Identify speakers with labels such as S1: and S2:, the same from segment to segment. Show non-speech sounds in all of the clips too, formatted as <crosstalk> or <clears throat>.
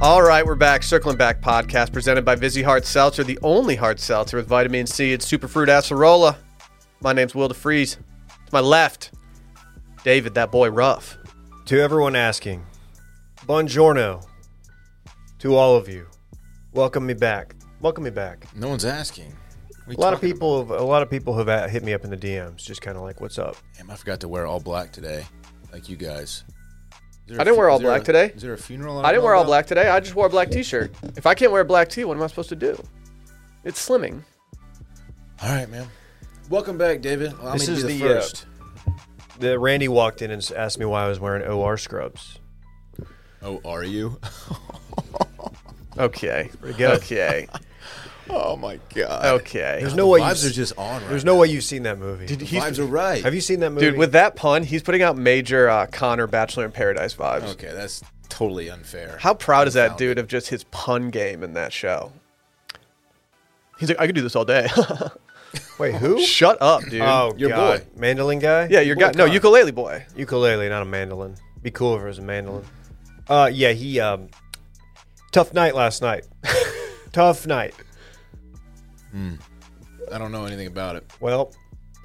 S1: All right, we're back. Circling Back podcast presented by Vizzy Heart Seltzer, the only hard seltzer with vitamin C and superfruit acerola. My name's Will DeFries. To my left, David, that boy Ruff.
S2: To everyone asking, buongiorno to all of you. Welcome me back. Welcome me back.
S3: No one's asking. What
S2: A
S3: you
S2: lot of
S3: talking
S2: people, have, a lot of people have at- hit me up in the DMs, just kind of like, "What's up?"
S3: about? Damn, I forgot to wear all black today, like you guys. Is there a
S1: I didn't
S3: fu-
S1: wear all
S3: is there
S1: black
S3: a-
S1: today.
S3: Is there a funeral?
S1: I didn't
S3: don't
S1: wear
S3: know
S1: all
S3: about?
S1: black today. I just wore a black t-shirt. If I can't wear a black tee, what am I supposed to do? It's slimming.
S3: All right, man. Welcome back, David. Allow
S2: This
S3: me to
S2: is
S3: be the,
S2: the, uh,
S3: first.
S2: The Randy walked in and s- asked me why I was wearing OR scrubs.
S3: oh, are you? <laughs>
S1: Okay.
S2: good.
S1: Okay.
S3: oh my god.
S1: Okay.
S2: There's
S3: The
S2: no way. you
S3: vibes
S2: s-
S3: are just on. Right
S2: There's no way you've seen that movie.
S3: now. vibes are right.
S2: have you seen that movie?
S1: Dude, with that pun, he's putting out major uh, Connor Bachelor in Paradise vibes.
S3: Okay, that's totally unfair.
S1: How proud is that
S3: Unfounded.
S1: dude of just his pun game in that show? He's like, I could do this all day. <laughs>
S2: wait,
S3: <laughs>
S2: who?
S1: Shut up, dude.
S2: Oh,
S3: Your
S2: God.
S3: boy.
S2: mandolin guy.
S1: yeah, your
S3: boy
S1: guy. No,
S3: Connor.
S1: ukulele boy.
S2: ukulele, not a mandolin. Be cool if it was a mandolin. Uh, yeah, he um, tough night last night. <laughs> tough night.
S3: I don't know anything about it.
S2: Well,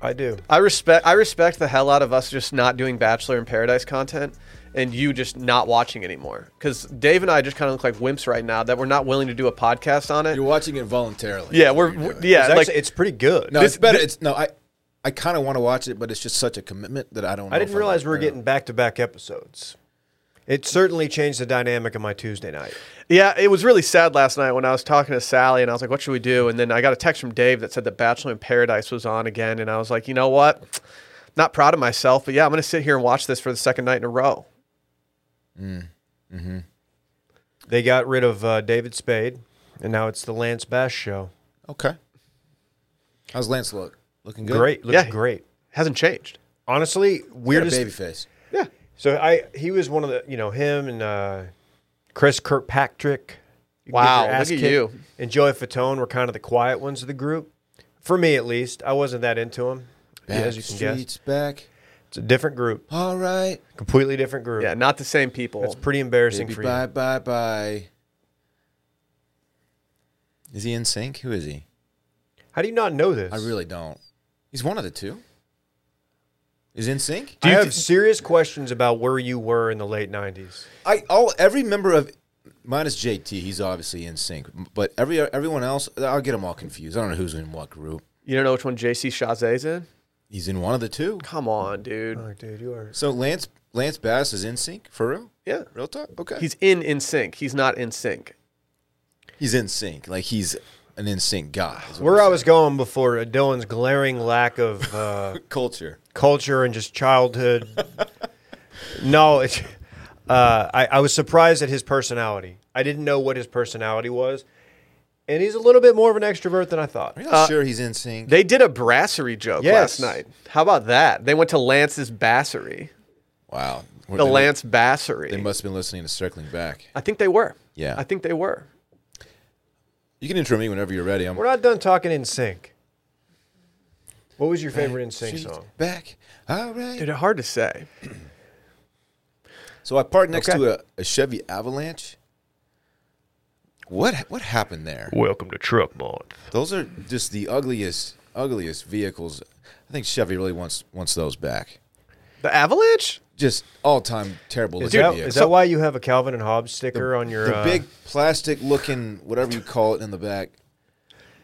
S2: I do.
S1: I respect. I respect the hell out of us just not doing Bachelor in Paradise content, and you just not watching anymore. Because Dave and I just kind of look like wimps right now that we're not willing to do a podcast on it.
S3: You're watching it voluntarily.
S1: yeah,
S3: That's what
S1: we're
S3: you're doing.
S1: yeah.
S2: It's,
S1: like
S2: actually, it's pretty good.
S3: No,
S1: This-
S3: it's better. it's no. I I kind of want to watch it, but it's just such a commitment that I don't. Know
S2: I didn't
S3: if I'm
S2: realize we
S3: like,
S2: were
S3: uh,
S2: getting back to back episodes. It certainly changed the dynamic of my Tuesday night.
S1: Yeah, it was really sad last night when I was talking to Sally and I was like, what should we do? And then I got a text from Dave that said that Bachelor in Paradise was on again. And I was like, you know what? Not proud of myself, but yeah, I'm going to sit here and watch this for the second night in a row.
S2: They got rid of uh, David Spade, and now it's the Lance Bass show.
S3: Okay. How's Lance look? Looking good.
S2: Great, looks
S1: Yeah.
S2: great.
S1: Hasn't changed.
S2: Honestly,
S3: Got a
S2: weirdest.
S3: baby face.
S1: Yeah.
S2: So I, he was one of the, you know, him and uh, Chris Kirkpatrick. You can get
S1: Wow,
S2: your ass
S1: look at
S2: kicked,
S1: you.
S2: And Joey Fatone were kind of the quiet ones of the group, for me at least. I wasn't that into him.
S3: Back
S2: as you can guess,
S3: streets back.
S2: it's a different group,
S3: All right.
S2: completely different group.
S1: Yeah, not the same people.
S2: That's pretty embarrassing
S3: Baby,
S2: for
S3: bye
S2: you.
S3: bye bye. Is he in sync? Who is he?
S2: How do you not know this?
S3: I really don't. He's one of the two. Is in sync?
S2: Do
S1: you
S2: I have
S1: th-
S2: serious questions about where you were in the late '90s.
S3: I all every member of minus JT, he's obviously in sync. But every everyone else, I'll get them all confused. I don't know who's in what group.
S1: you don't know which one JC Chazé's in?
S3: He's in one of the two.
S1: Come on, dude.
S2: Oh, dude, you are.
S3: So Lance Lance Bass is in sync for real.
S1: Yeah.
S3: Real talk. Okay.
S1: He's in in sync. He's not in sync.
S3: he's in sync. Like he's an in sync guy. is what
S2: Where I
S3: I'm
S2: was going before uh, Dylan's glaring lack of <laughs> uh,
S3: saying. culture.
S2: culture and just childhood knowledge. Uh, I, I was surprised at his personality. I didn't know what his personality was, and he's a little bit more of an extrovert than I thought.
S3: Are you not sure he's in sync?
S1: They did a brasserie joke
S2: Yes.
S1: last night. How about that? They went to Lance's Bassery.
S3: wow. Were
S1: The
S3: they-
S1: Lance Bassery.
S3: They must have been listening to Circling Back.
S1: I think they were.
S3: Yeah.
S1: I think they were.
S3: You can intro me whenever you're ready. I'm
S2: We're not done talking in sync. What was your favorite in sync
S3: She's
S2: song?
S3: back. All right.
S1: Dude, hard to say.
S3: So I parked next
S2: Okay.
S3: to a, a Chevy Avalanche. What what happened there?
S2: Welcome to Truck Month.
S3: Those are just the ugliest ugliest vehicles. I think Chevy really wants wants those back.
S1: The Avalanche?
S3: Just all time terrible
S2: Is,
S3: looking
S2: that, is
S3: vehicles.
S2: that why you have a Calvin and Hobbes sticker on your
S3: the
S2: uh,
S3: big plastic looking whatever you call it in the back.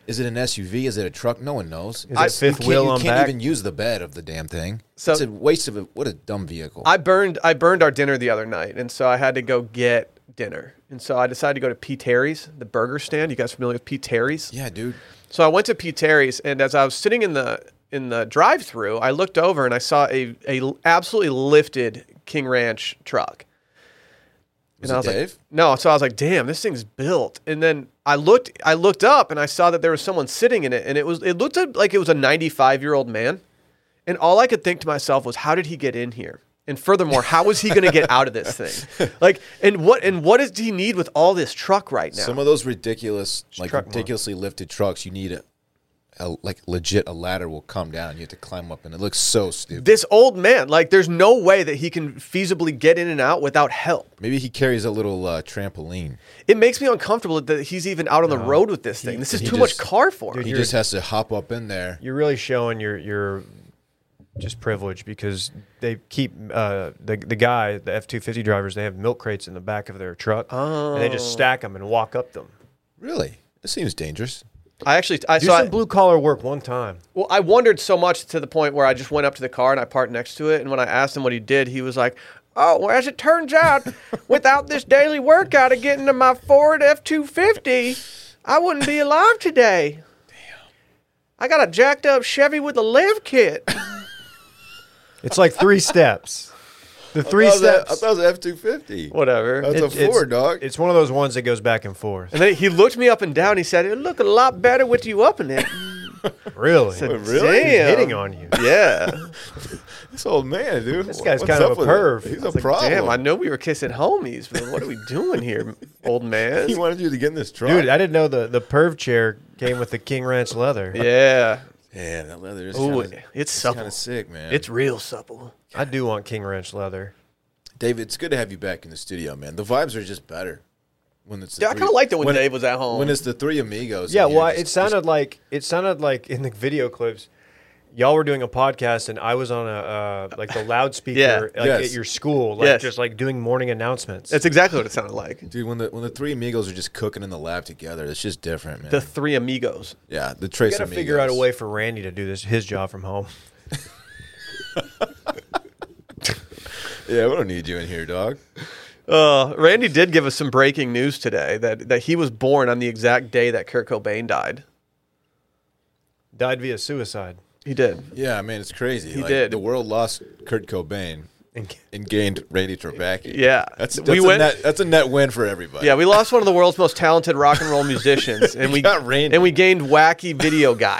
S3: Is it an SUV? Is it a truck? No one knows.
S2: Is
S1: I-
S2: it fifth
S3: you can't,
S2: wheel
S3: you
S2: on
S3: can't
S2: back?
S3: even use the bed of the damn thing.
S1: So-
S3: it's a waste of a what a dumb vehicle.
S1: I burned I burned our dinner the other night, and so I had to go get dinner. And so I decided to go to P. Terry's, the burger stand. You guys familiar with P. Terry's?
S3: yeah, dude.
S1: So I went to P. Terry's, and as I was sitting in the in the drive-through, I looked over and I saw a, a absolutely lifted King Ranch truck.
S3: Was
S1: and I
S3: it
S1: was
S3: Dave?
S1: like, no. So I was like, damn, this thing's built. And then I looked, I looked up, and I saw that there was someone sitting in it, and it was, it looked like it was a 95 year old man. And all I could think to myself was, how did he get in here? And furthermore, how was he going to get out of this
S3: <laughs>
S1: thing? Like, and what, and what does he need with all this truck right now?
S3: Some of those ridiculous, like
S2: truck mod.
S3: ridiculously lifted trucks, you need a, a, like legit a ladder will come down. You have to climb up, and it looks so stupid.
S1: This old man, like, there's no way that he can feasibly get in and out without help.
S3: Maybe he carries a little uh, trampoline.
S1: It makes me uncomfortable that he's even out on the road with this thing. this is
S3: he
S1: too much
S3: just-
S1: car for him.
S3: He just has to hop up in there.
S2: You're really showing your your just privilege because they keep uh, the the guy the F two fifty drivers they have milk crates in the back of their truck and they just stack them and walk up them.
S3: Really, it seems dangerous.
S1: I actually, I
S2: Do
S1: saw.
S2: some blue collar work one time.
S1: Well, I wondered so much to the point where I just went up to the car and I parked next to it. And when I asked him what he did, he was like, "Oh, well, as it turns out, without this daily workout of getting to my Ford F two fifty, I wouldn't be alive today." Damn. I got a jacked up Chevy with a live kit.
S2: It's like <laughs> three steps. The three steps.
S3: it was F two fifty.
S1: Whatever.
S3: That's
S2: It-
S3: a four, dog.
S2: It's one of those ones that goes back and <laughs> forth.
S1: and then he looked me up and down. He said, "It look a lot better with you up in it."
S2: <laughs> Really?
S1: really?
S2: He's hitting on you. <laughs>
S1: Yeah.
S3: This old man, dude.
S2: This guy's kind of a perv.
S3: He's
S2: I
S3: a
S2: was like,
S3: problem.
S1: Damn, I know we were kissing homies, but what are we doing here, old man?
S3: He wanted you to get in this truck.
S2: Dude, I didn't know the, the perv chair came with the King Ranch leather.
S1: Yeah.
S3: yeah, that leather is
S1: Ooh,
S3: kind of
S1: it's
S3: kind
S1: supple.
S3: of sick, man.
S1: It's real supple.
S2: I do want King Ranch leather.
S3: David. It's good to have you back in the studio, man. The vibes are just better when it's. the
S1: Yeah, I
S3: three-
S1: kind of liked it when,
S3: when
S1: Dave was at home.
S3: when it's the three amigos.
S2: Yeah,
S3: and
S2: well,
S3: you're
S2: it
S3: just-
S2: sounded like it sounded like in the video clips, y'all were doing a podcast and I was on a uh, like the loudspeaker
S1: Yeah.
S2: like
S3: Yes.
S2: at your school, like
S1: Yes.
S2: just like doing morning announcements.
S1: That's exactly what it sounded like.
S3: Dude, when the when the three amigos are just cooking in the lab together, it's just different, man.
S1: The Three Amigos.
S3: yeah, the trace
S2: we gotta
S3: amigos.
S2: figure out a way for Randy to do this his job from home.
S3: Yeah, we don't need you in here, dog.
S1: Uh, Randy did give us some breaking news today that, that he was born on the exact day that Kurt Cobain died.
S2: Died via suicide.
S1: He did.
S3: Yeah, I mean, it's crazy. He
S1: did.
S3: The world lost Kurt Cobain
S2: <laughs> And
S3: and gained Randy Trebacki.
S1: Yeah.
S3: that's, that's
S1: We
S3: a
S1: went-
S3: net, that's a net win for everybody.
S1: Yeah, we lost one of the world's most talented rock and roll musicians,
S2: <laughs>
S1: and we
S3: Got Randy.
S1: and we gained wacky video guy.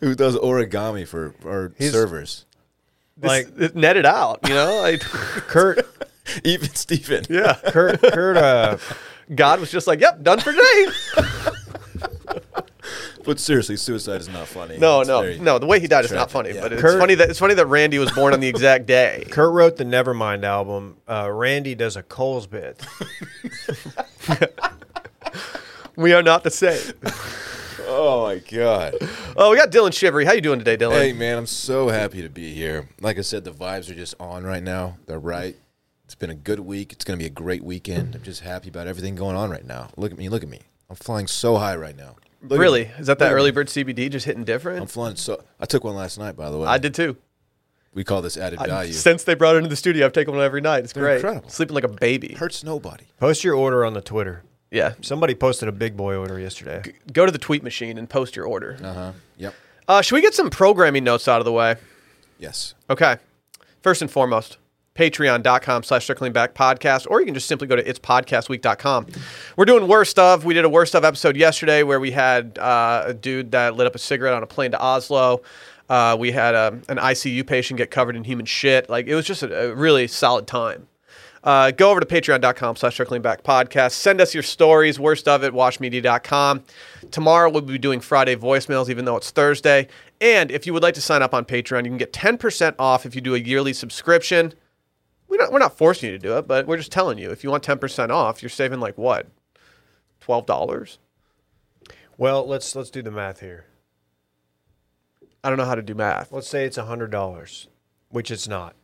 S3: who does origami for our
S2: He's-
S3: servers?
S2: <laughs>
S3: <laughs>
S2: like
S1: It netted out, you know. Like,
S2: Kurt
S3: Even Steven.
S1: yeah,
S2: Kurt Kurt uh
S1: God was just like, "Yep, done for today."
S3: <laughs> But seriously, suicide is not funny.
S1: No,
S3: It's
S1: no,
S3: very-
S1: no. The way he died is not
S3: tragic,
S1: funny,
S3: yeah.
S1: but it's
S2: Kurt-
S1: funny that it's funny that Randy was born on the exact
S3: <laughs>
S1: day.
S2: Kurt wrote the Nevermind album. Uh, Randy does a Coles bit.
S1: We are not the same.
S3: Oh my god.
S1: <laughs> Oh, we got Dylan Shivery. How you doing today, Dylan?
S3: Hey man, I'm so happy to be here. Like I said, the vibes are just on right now. They're right. It's been a good week. It's gonna be a great weekend. I'm just happy about everything going on right now. Look at me, look at me. I'm flying so high right now. Look at
S1: really?
S3: me.
S1: Is that that
S3: Look at
S1: early
S3: me.
S1: bird CBD just hitting different?
S3: I'm flying so. I took one last night, by the way.
S1: I did too.
S3: We call this added value.
S1: Since they brought it into the studio, I've taken one every night. It's great.
S3: incredible.
S1: Sleeping like a baby.
S3: Hurts nobody.
S2: Post your order on the Twitter.
S1: Yeah.
S2: Somebody posted a big boy order yesterday.
S1: Go to the tweet machine and post your order.
S3: Uh huh. Yep.
S1: Uh, should we get some programming notes out of the way?
S3: Yes.
S1: Okay. First and foremost, patreon.com slash circling back podcast, or you can just simply go to itspodcastweek.com. We're doing worst of. We did a worst of episode yesterday where we had uh, a dude that lit up a cigarette on a plane to Oslo. Uh, we had um an ICU patient get covered in human shit. Like it was just a, a really solid time. Uh, go over to patreon.com slash circling back podcast. Send us your stories, worst of it, washmedia.com. Tomorrow we'll be doing Friday voicemails, even though it's Thursday. And if you would like to sign up on Patreon, you can get 10% off if you do a yearly subscription. We don't, we're not forcing you to do it, but we're just telling you if you want 10% off, you're saving like what? $12?
S2: Well, let's let's do the math here.
S1: I don't know how to do math.
S2: Let's say it's hundred dollars, which it's not.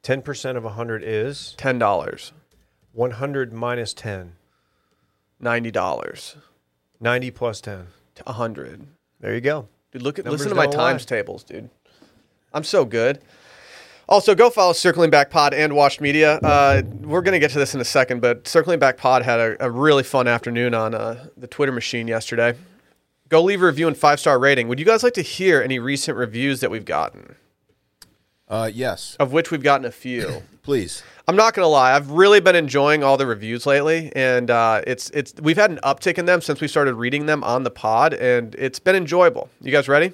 S2: Ten percent of hundred is
S1: $10,
S2: one hundred minus ten.
S1: $90,
S2: Ninety plus ten.
S1: 100
S2: There you go.
S1: Dude, look at
S2: Numbers
S1: listen to my
S2: don't lie.
S1: times tables, dude. I'm so good. Also, go follow Circling Back Pod and Watch Media. Uh, we're going to get to this in a second, but Circling Back Pod had a, a really fun afternoon on uh, the Twitter machine yesterday. Go leave a review and five star rating. Would you guys like to hear any recent reviews that we've gotten?
S3: Uh yes.
S1: Of which we've gotten a few.
S3: Please.
S1: I'm not gonna lie. I've really been enjoying all the reviews lately, and uh, it's it's we've had an uptick in them since we started reading them on the pod, and it's been enjoyable. You guys ready?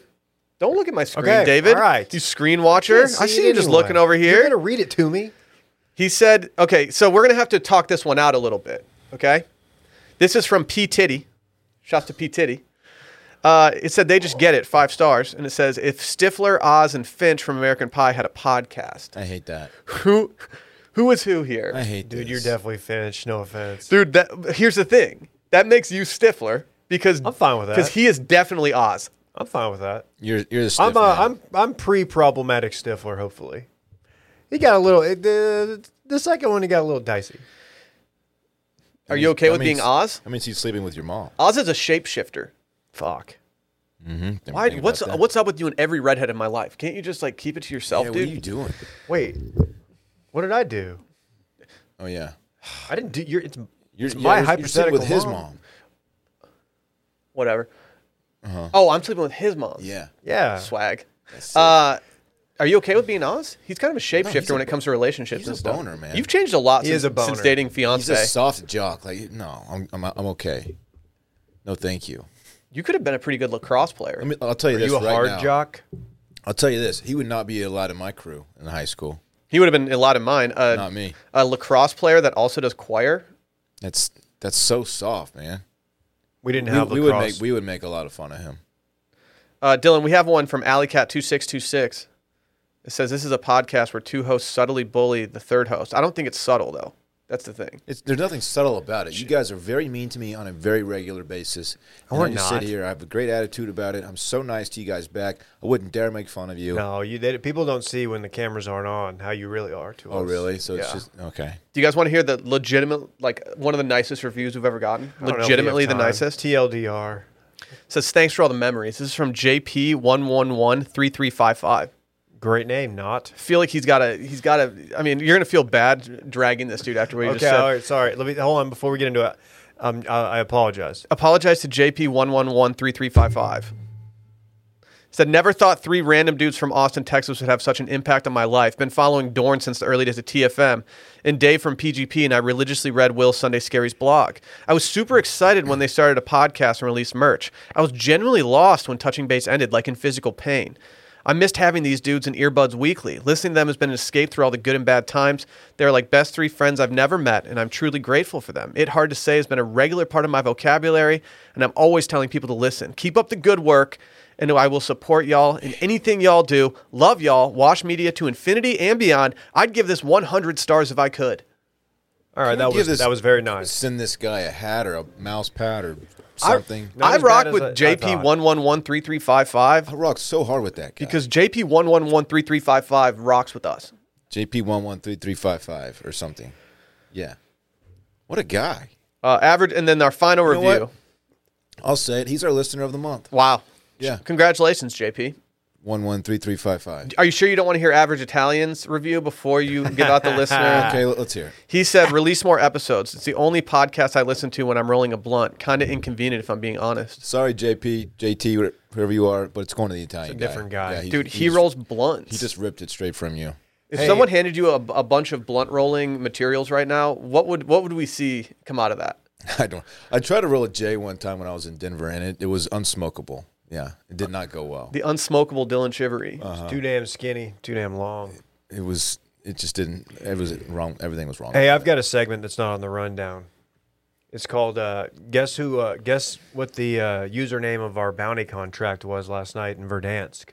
S1: Don't look at my screen,
S2: Okay,
S1: David.
S2: all right.
S1: You screen watcher. I see you just looking over here.
S2: You're gonna read it to me.
S1: He said, okay, so we're going to have to talk this one out a little bit. Okay. This is from P. Titty. Shouts to P. Titty. Uh, it said they just get it five stars, and it says if Stifler, Oz, and Finch from American Pie had a podcast,
S3: I hate that.
S1: who, who is who here?
S3: I hate
S2: Dude,
S3: this.
S2: you're definitely Finch. No offense.
S1: dude. That here's the thing that makes you Stifler because
S2: I'm fine with that.
S1: because he is definitely Oz.
S2: I'm fine with that.
S3: You're you're the stiff
S2: I'm uh,
S3: man.
S2: I'm I'm pre-problematic Stifler. Hopefully, he got a little. it- The the second one he got a little dicey.
S1: Are you okay
S3: That
S1: with being
S3: means-
S1: Oz?
S3: That means he's sleeping with your mom.
S1: Oz is a shapeshifter.
S2: Fuck.
S3: Mm-hmm.
S1: Why? What's what's up with you and every redhead in my life? Can't you just like keep it to yourself,
S3: yeah, What are
S1: dude?
S3: you doing?
S2: Wait, what did I do?
S3: Oh yeah,
S2: I didn't do. Your, it's
S3: you're,
S2: it's my
S3: you're- you're sleeping
S2: hypothetical
S3: with his
S2: mom.
S3: mom.
S1: Whatever. Oh, I'm sleeping with his mom.
S3: Uh-huh. Yeah,
S2: Yeah.
S1: Swag.
S3: That's
S1: Uh, are you okay with being Oz? He's kind of a shapeshifter
S3: a-
S1: when it comes to relationships
S3: he's
S1: and
S3: a
S1: stuff.
S3: boner, man.
S1: You've changed a lot
S2: He
S1: since,
S2: is a boner.
S1: since dating
S3: he's
S1: fiance.
S3: a soft jock. Like no, I'm I'm I'm okay. No, thank you.
S1: you could have been a pretty good lacrosse player.
S3: Let me, I'll tell you this
S2: you a
S3: right
S2: hard
S3: now.
S2: jock?
S3: I'll tell you this. He would not be allowed in my crew in high school.
S1: he would have been a lot in mine. Uh,
S3: Not me.
S1: A lacrosse player that also does choir.
S3: That's that's so soft, man.
S2: We didn't
S3: We,
S2: have
S3: we would
S2: lacrosse.
S3: make we would make a lot of fun of him.
S1: Uh, Dylan, we have one from AlleyCat2626. It says this is a podcast where two hosts subtly bully the third host. I don't think it's subtle though. That's the thing.
S3: It's, there's nothing subtle about it. You guys are very mean to me on a very regular basis. And
S2: We're
S3: I just
S2: not.
S3: sit here. I have a great attitude about it. I'm so nice to you guys back. I wouldn't dare make fun of you.
S2: no, you. They, people don't see when the cameras aren't on how you really are to us.
S3: Oh, really? So it's
S2: Yeah.
S3: just okay.
S1: Do you guys want to hear the legitimate, like one of the nicest reviews we've ever gotten?
S2: I don't know if we have
S1: Legitimately the
S2: time.
S1: nicest.
S2: TLDR.
S1: says thanks for all the memories. This is from JP one one one three three five five.
S2: Great name, not.
S1: Feel like he's got to he's got to. I mean, you're gonna feel bad dragging this dude after what you
S2: Okay,
S1: just said.
S2: all right, sorry. Let me hold on before we get into it. Um, I, I apologize.
S1: Apologize to JP one one one three three five five. Said never thought three random dudes from Austin, Texas would have such an impact on my life. Been following Dorn since the early days of TFM and Dave from PGP, and I religiously read Will Sunday Scary's blog. I was super excited when they started a podcast and released merch. I was genuinely lost when touching base ended, like in physical pain. I missed having these dudes in earbuds weekly. Listening to them has been an escape through all the good and bad times. They're like best three friends I've never met, and I'm truly grateful for them. It Hard to Say has been a regular part of my vocabulary, and I'm always telling people to listen. Keep up the good work, and I will support y'all in anything y'all do. Love y'all. Wash media to infinity and beyond. I'd give this 100 stars if I could.
S2: All right, that
S3: give
S2: was
S3: this-
S2: that was very nice.
S3: Send this guy a hat or a mouse pad or something. I,
S2: Not
S1: I
S2: as
S1: rock
S2: bad as
S1: with
S2: I- I thought.
S1: JP1113355
S3: rocked so hard with that guy.
S1: because JP1113355 rocks with us.
S3: JP one one three three five five or something. Yeah. What a guy.
S1: Uh, average, and then our final
S3: know
S1: review.
S3: what? I'll say it. He's our listener of the month.
S1: Wow.
S3: Yeah.
S1: Congratulations, JP.
S3: One one three three five five.
S1: Are you sure you don't want to hear Average Italian's review before you give out the
S3: <laughs>
S1: listener?
S2: Ah.
S3: Okay, let's hear. it.
S1: He said, release more episodes. It's the only podcast I listen to when I'm rolling a blunt. Kind of inconvenient if I'm being honest.
S3: Sorry, JP, JT, whoever you are, but it's going to the Italian guy.
S2: different guy.
S3: Yeah, he-
S1: Dude, he
S3: he's-
S1: rolls blunts.
S3: He just ripped it straight from you. <laughs>
S1: if someone handed you a, a bunch of blunt rolling materials right now, what would what would we see come out of that?
S3: I don't. I tried to roll a J one time when I was in Denver, and it, it was unsmokable. Yeah, it did not go well.
S1: The unsmokable Dylan Chivery.
S3: Uh,
S2: It's Too damn skinny, too damn long.
S3: It was. It just didn't. It was wrong. Everything was wrong.
S2: Hey, I've got a segment that's not on the rundown. It's called uh, "Guess Who." Uh, guess what the uh, username of our bounty contract was last night in Verdansk.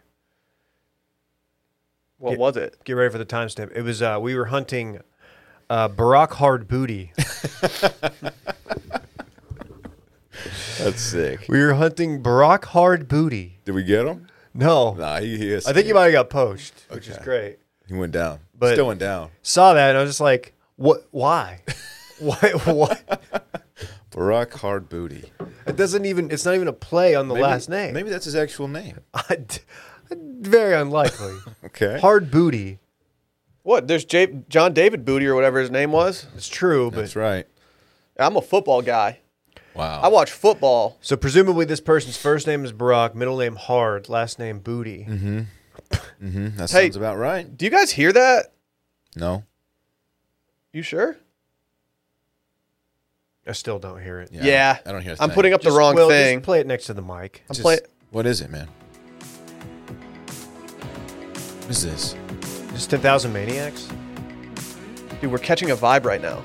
S1: what was it?
S2: Get ready for the timestamp. It was uh, we were hunting uh, Barack Hard Booty.
S3: That's sick.
S2: we were hunting Barack Hard Booty.
S3: Did we get him?
S2: No,
S3: Nah, he. he
S2: I think he might have got poached, which is
S3: Okay.
S2: great.
S3: He went down.
S2: But-
S3: Still went down.
S2: Saw that and I was just like, "What?
S3: <laughs>
S2: Why? Why? What?
S3: Barack Hard Booty.
S2: It doesn't even. It's not even a play on the last name. <laughs>
S3: Maybe that's his actual name.
S2: Very unlikely.
S3: <laughs> Okay.
S2: Hard Booty.
S1: What? There's J- John David Booty or whatever his name was.
S2: It's true, but
S3: That's right.
S1: I'm a football guy.
S3: Wow.
S1: I watch football.
S2: So presumably this person's first name is Barack, middle name Hard, last name Booty.
S3: Mm-hmm. Mm, that
S1: Hey.
S3: sounds about right.
S1: Do you guys hear that?
S3: No.
S1: You sure?
S2: I still don't hear it.
S3: Yeah. I don't hear. a
S1: I'm
S3: thing.
S1: putting up the
S2: Just-
S1: wrong
S2: well,
S1: thing.
S2: Just play it next to the mic.
S1: I'm
S3: Just-
S1: play-
S3: What is it, man? What is this?
S2: Just ten thousand
S3: <laughs>
S2: maniacs.
S1: Dude, we're catching a vibe right now.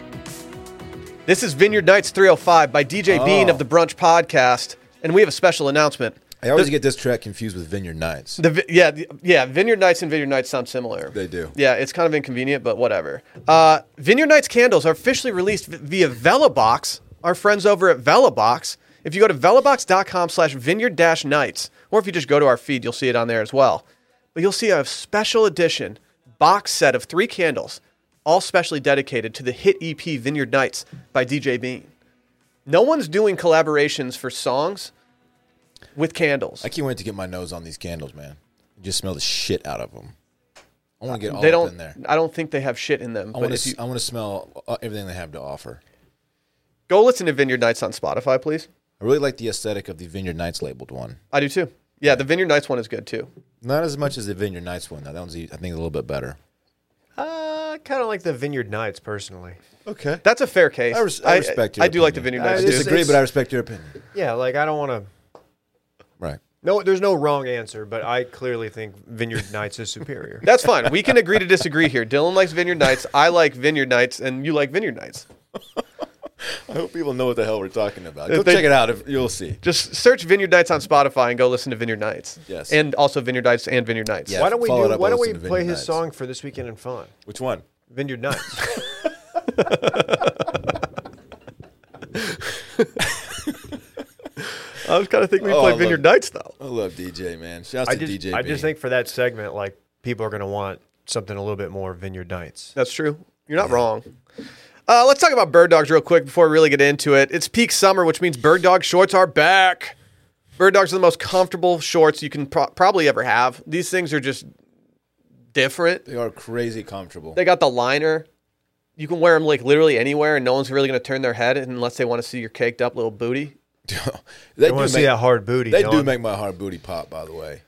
S1: This is Vineyard Nights 305 by DJ Bean
S3: Oh.
S1: of the Brunch Podcast, and we have a special announcement.
S3: I always get this track confused with Vineyard Nights.
S1: The vi- yeah the- yeah Vineyard Nights and Vineyard Nights sound similar.
S3: They do.
S1: Yeah, it's kind of inconvenient, but whatever. Uh, Vineyard Nights candles are officially released v- via Velabox. Our friends over at Velabox. If you go to velabox.com slash vineyard dash nights, or if you just go to our feed, you'll see it on there as well. But you'll see a special edition box set of three candles, all specially dedicated to the hit EP Vineyard Nights by DJ Bean. No one's doing collaborations for songs with candles.
S3: I can't wait to get my nose on these candles, man. Just smell the shit out of them. I want to get all
S1: they
S3: up
S1: don't.
S3: in there.
S1: I don't think they have shit in them.
S3: I
S1: but
S3: want
S1: if
S3: to.
S1: you,
S3: I want to smell uh, everything they have to offer.
S1: go listen to Vineyard Nights on Spotify, please.
S3: I really like the aesthetic of the Vineyard Nights labeled one.
S1: I do too. Yeah, the Vineyard Nights one is good too.
S3: Not as much as the Vineyard Nights one though. That one's e- I think a little bit better.
S2: Uh, kind of like the Vineyard Nights, personally.
S3: Okay.
S1: That's a fair case.
S3: I, res- I respect. Your
S1: I do like the Vineyard
S3: opinion.
S1: Nights.
S3: I
S2: It's-
S1: too.
S3: disagree,
S2: it's-
S3: but I respect your opinion.
S2: Yeah, like I don't want to.
S3: Right.
S2: No, there's no wrong answer, but I clearly think Vineyard Nights is superior.
S1: That's fine. We can agree to disagree here. Dylan likes Vineyard Nights. I like Vineyard Nights, and you like Vineyard Nights.
S3: I hope people know what the hell we're talking about. Go
S1: they-
S3: check it out. If, you'll see.
S1: Just search Vineyard Nights on Spotify and go listen to Vineyard Nights.
S3: Yes.
S1: And also Vineyard Nights and Vineyard Nights.
S3: <laughs> Yeah.
S2: why don't we
S3: follow it
S2: do?
S3: up
S2: Why
S3: and
S2: don't we
S3: listen to
S2: play
S3: Vineyard
S2: his
S3: Nights.
S2: song for this weekend in fun?
S3: Which one?
S2: Vineyard
S3: <laughs>
S2: Nights.
S1: I was kind of thinking we
S3: Oh, I
S1: played
S3: love-
S1: Vineyard Nights though.
S3: I love DJ man. Shouts
S2: I
S3: to
S2: just,
S3: DJ.
S2: I just
S3: Bean.
S2: think for that segment, like people are gonna want something a little bit more Vineyard Nights.
S1: That's true. You're not wrong. Uh, let's talk about bird dogs real quick before we really get into it. It's peak summer, which means bird dog shorts are back. Bird dogs are the most comfortable shorts you can pro- probably ever have. These things are just different.
S3: they are crazy comfortable.
S1: They got the liner. You can wear them like literally anywhere, and no one's really going to turn their head unless they want to see your caked up little booty.
S3: they
S2: I want
S3: do
S2: to see
S3: make-
S2: that hard booty.
S3: They do
S2: Don.
S3: make my hard booty pop, by the way.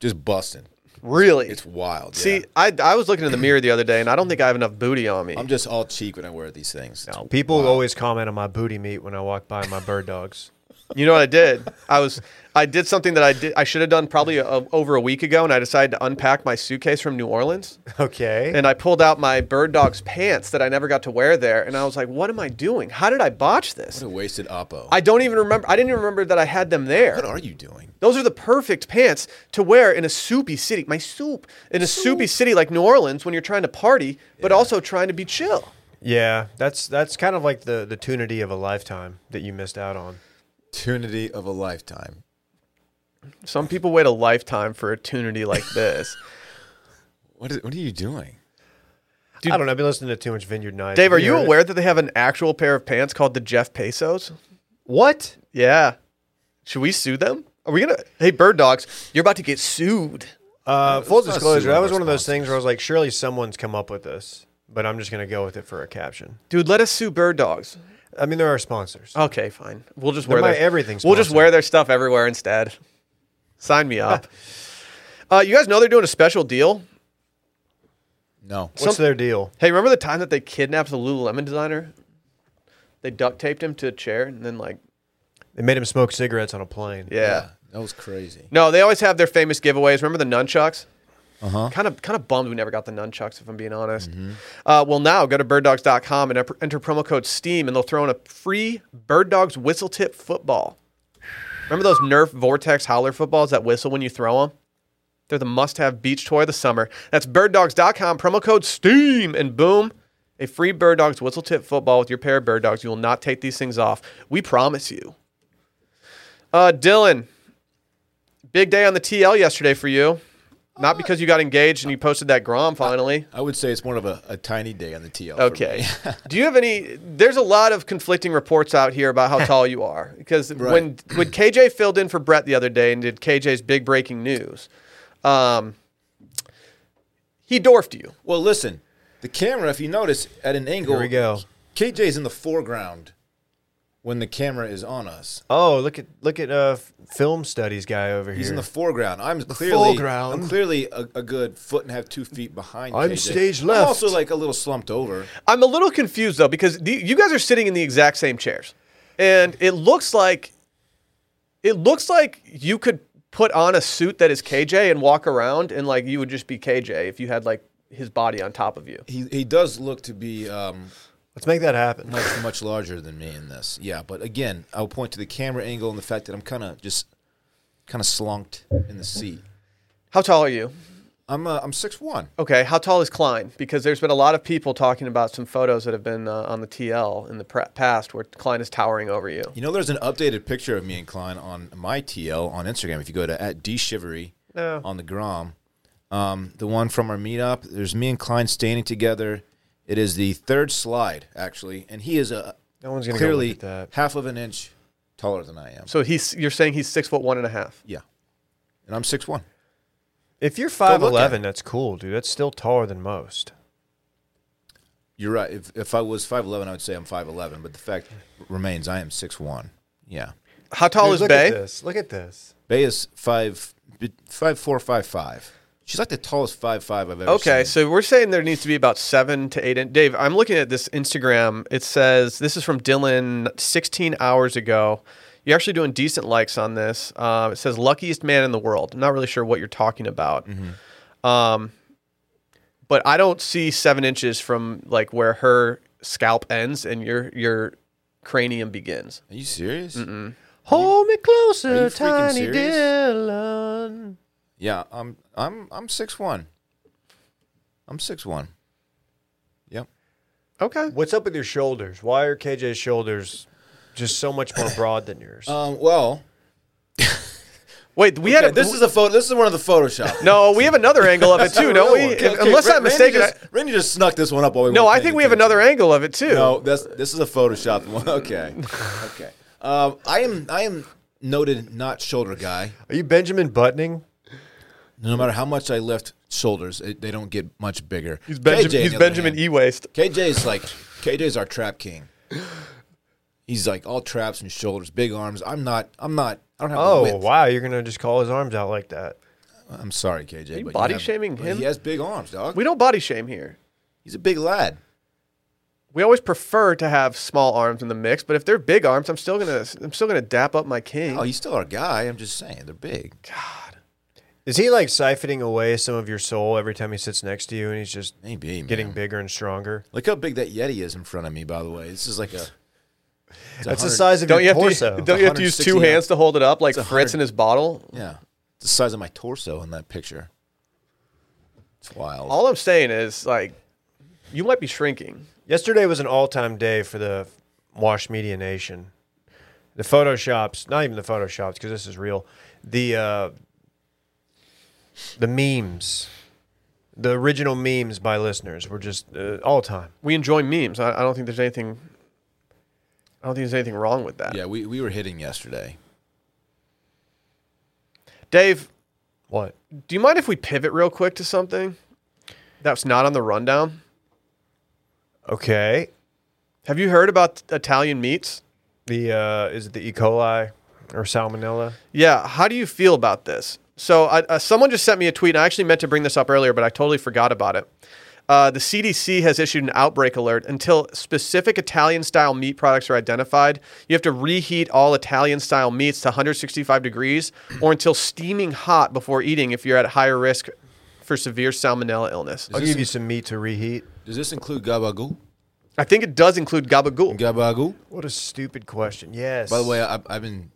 S3: Just busting.
S1: Really?
S3: It's wild.
S1: see,
S3: yeah.
S1: I, I was looking in the mirror the other day, and I don't think I have enough booty on me.
S3: I'm just all cheek when I wear these things. It's-
S2: People always comment on my booty meat when I walk by my bird dogs. <laughs>
S1: You know what I did? I was I did something that I did I should have done probably a, over a week ago, and I decided to unpack my suitcase from New Orleans,
S2: Okay.
S1: and I pulled out my bird dog's pants that I never got to wear there, and I was like, "What am I doing? How did I botch this?
S3: What a wasted oppo.
S1: I don't even remember. I didn't even remember that I had them there.
S3: what are you doing?
S1: Those are the perfect pants to wear in a soupy city. My soup in a soupy city like New Orleans when you're trying to party, but also trying to be chill.
S2: yeah, that's that's kind of like the the tunity of a lifetime that you missed out on.
S3: Opportunity of a lifetime.
S1: Some people wait a lifetime for a tunity like this.
S3: What, is, what are you doing?
S1: Dude.
S2: I don't know. I've been listening to too much Vineyard Nights.
S1: Dave,
S2: Have
S1: are you
S2: heard it?
S1: aware that they have an actual pair of pants called the Jeff Pesos?
S2: What?
S1: Yeah. Should we sue them? Are we gonna? Hey, bird dogs, you're about to get sued.
S2: Uh, full
S3: not
S2: disclosure,
S3: suing
S2: that
S3: our
S2: was one of those things where I was like, surely someone's come up with this, but I'm just gonna go with it for a caption.
S1: Dude, let us sue bird dogs.
S2: I mean, there are sponsors.
S3: Um,
S1: Okay, fine. We'll just
S2: They're
S1: wear
S2: my
S1: their
S2: everything
S1: We'll just
S2: sponsor.
S1: wear their stuff everywhere instead. Sign me <laughs> up. uh, you guys know they're doing a special deal.
S3: No.
S2: What's
S1: some-
S2: their deal?
S1: Hey, remember the time that they kidnapped the Lululemon designer? They duct taped him to a chair and then like,
S2: They made him smoke cigarettes on a plane.
S1: yeah.
S3: That was crazy.
S1: No, they always have their famous giveaways. Remember the nunchucks?
S3: Uh-huh.
S1: Kind of, kind of bummed we never got the nunchucks. If I'm being honest. Uh, well, now go to birddogs.com and ep- enter promo code STEAM, and they'll throw in a free Bird Dogs whistle tip football. Remember those Nerf Vortex Howler footballs that whistle when you throw them? They're the must-have beach toy of the summer. That's birddogs.com promo code STEAM, and boom, a free Bird Dogs whistle tip football with your pair of Bird Dogs. You will not take these things off. We promise you. Uh, Dylan, big day on the TL yesterday for you. Not because you got engaged and you posted that Grom finally.
S3: I would say it's more of a, a tiny day on the TL. for
S1: Okay.
S3: me.
S1: <laughs> Do you have any? There's a lot of conflicting reports out here about how tall you are because when when KJ filled in for Brett the other day and did KJ's big breaking news, um, he dwarfed you.
S3: well, listen. The camera, if you notice, at an angle.
S2: Here we go.
S3: KJ's in the foreground when the camera is on us.
S2: Oh, look at look at uh f- film studies guy over here.
S3: He's in the foreground. I'm clearly
S2: foreground.
S3: I'm clearly a, a good foot and a half, two feet behind.
S2: I'm
S3: KJ.
S2: stage
S3: I'm
S2: left.
S3: also like a little slumped over.
S1: I'm a little confused though because the, you guys are sitting in the exact same chairs, and it looks like it looks like you could put on a suit that is KJ and walk around and like you would just be KJ if you had like his body on top of you.
S3: He he does look to be um,
S2: Let's make that happen.
S3: much much larger than me in this. Yeah, but again, I'll point to the camera angle and the fact that I'm kind of just kind of slunked in the seat.
S1: How tall are you?
S3: I'm uh, I'm six one.
S1: Okay, how tall is Klein? Because there's been a lot of people talking about some photos that have been uh, on the TL in the pre- past where Klein is towering over you.
S3: You know, there's an updated picture of me and Klein on my TL on Instagram. If you go to at dshivery
S1: No.
S3: on the Grom, um, the one from our meetup, there's me and Klein standing together. It is the third slide actually, and he is a
S2: No one's gonna go
S3: clearly
S2: look at that.
S3: half of an inch taller than I am.
S1: So he's you're saying he's six foot one and a half.
S3: Yeah, and I'm six one.
S2: If you're
S3: look at
S2: five eleven, that's cool, dude. That's still taller than most.
S3: You're right. If if I was five eleven, I would say I'm five eleven. But the fact remains, I am six one. Yeah,
S1: How tall
S2: Dude,
S1: is
S2: look at
S1: Bay?
S2: this. Look at this.
S3: Bay is five five four five five. She's like the tallest five five I've ever
S1: Okay,
S3: seen.
S1: so we're saying there needs to be about seven to eight. In- Dave, I'm looking at this Instagram. It says this is from Dylan 16 hours ago. You're actually doing decent likes on this. Um, it says luckiest man in the world. I'm not really sure what you're talking about,
S3: Mm-hmm.
S1: um, but I don't see seven inches from like where her scalp ends and your your cranium begins.
S3: Are you serious?
S2: Hold me
S3: are you
S2: closer,
S3: freaking
S2: tiny
S3: serious?
S2: Dylan.
S3: Yeah, I'm I'm I'm six one. I'm six one. Yep.
S1: Okay,
S2: What's up with your shoulders? Why are KJ's shoulders just so much more broad than yours?
S3: Um, well,
S1: wait, we had a,
S3: this is a photo. This is one of the Photoshop.
S1: no. We have another angle of it too, don't we?
S3: <laughs>
S1: If- Unless I'm mistaken. I-
S3: Randy just, Randy just snuck this one up while we.
S1: no,
S3: weren't
S1: I
S3: paying
S1: think we have
S3: attention.
S1: another angle of it too.
S3: No, that's this is a Photoshop <laughs> one. Okay, okay. Um, I am I am noted not shoulder guy.
S2: are you Benjamin Buttoning?
S3: No matter how much I lift shoulders, it, they don't get much bigger.
S1: He's Benjamin.
S3: KJ, on
S1: he's
S3: the other
S1: Benjamin
S3: hand,
S1: E. Waste.
S3: KJ's like KJ's our trap king. He's like all traps and shoulders, big arms. I'm not. I'm not. I don't have. the
S2: Oh
S3: width.
S2: wow, you're gonna just call his arms out like that.
S3: I'm sorry, KJ. but you
S1: body
S3: have-
S1: shaming
S3: but
S1: him?
S3: He has big arms, dog.
S1: We don't body shame here.
S3: He's a big lad.
S1: We always prefer to have small arms in the mix, but if they're big arms, I'm still gonna I'm still gonna dap up my king.
S3: Oh, he's still our guy. I'm just saying they're big.
S2: Is he like siphoning away some of your soul every time he sits next to you, and he's just
S3: Maybe man.
S2: getting bigger and stronger?
S3: Look how big that Yeti is in front of me. By the way, this is like a. it's a
S2: That's the
S3: hundred-
S2: size
S1: <laughs>
S2: of
S1: don't you
S2: your
S1: have
S2: torso.
S1: to <laughs> don't you have to use two
S3: 160
S1: hands to hold it up like Fritz
S3: 100.
S1: in his bottle?
S3: Yeah, it's the size of my torso in that picture. It's wild.
S1: All I'm saying is like you might be shrinking.
S2: Yesterday was an all-time day for the Wash Media Nation. The photoshops, not even the photoshops, because this is real. The uh, the memes, the original memes by listeners were just uh, all time.
S1: We enjoy memes. I, I don't think there's anything I don't think there's anything wrong with that.
S3: yeah, we, we were hitting yesterday.
S1: Dave,
S2: What?
S1: do you mind if we pivot real quick to something that's not on the rundown?
S2: Okay.
S1: Have you heard about Italian meats?
S2: The uh, is it the E. coli or Salmonella?
S1: Yeah. How do you feel about this? So, I, uh, someone just sent me a tweet. And I actually meant to bring this up earlier, but I totally forgot about it. Uh, the CDC has issued an outbreak alert until specific Italian style meat products are identified. You have to reheat all Italian style meats to 165 degrees or until steaming hot before eating if you're at higher risk for severe salmonella illness.
S2: I'll
S3: this
S2: give you some meat to reheat.
S3: Does this include gabagool?
S1: I think it does include gabagool.
S3: Gabagool.
S2: What a stupid question. Yes.
S3: By the way, I, I've been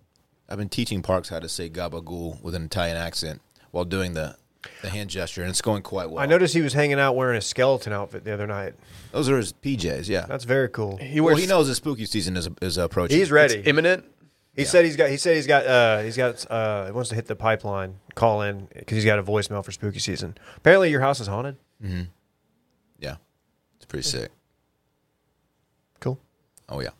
S3: I've been teaching Parks how to say gabagool with an Italian accent while doing the the hand gesture, and it's going quite well.
S2: I noticed he was hanging out wearing a skeleton outfit the other night.
S3: those are his PJs. Yeah.
S2: That's very cool.
S1: He
S3: well,
S1: wears
S3: he knows the spooky season is is approaching.
S2: He's ready.
S1: imminent.
S2: He said he's got. He said he's got. Uh, he's got. Uh, he wants to hit the pipeline. Call in because he's got a voicemail for spooky season. Apparently, your house is haunted.
S3: Yeah, it's pretty sick.
S2: Cool.
S3: Oh yeah.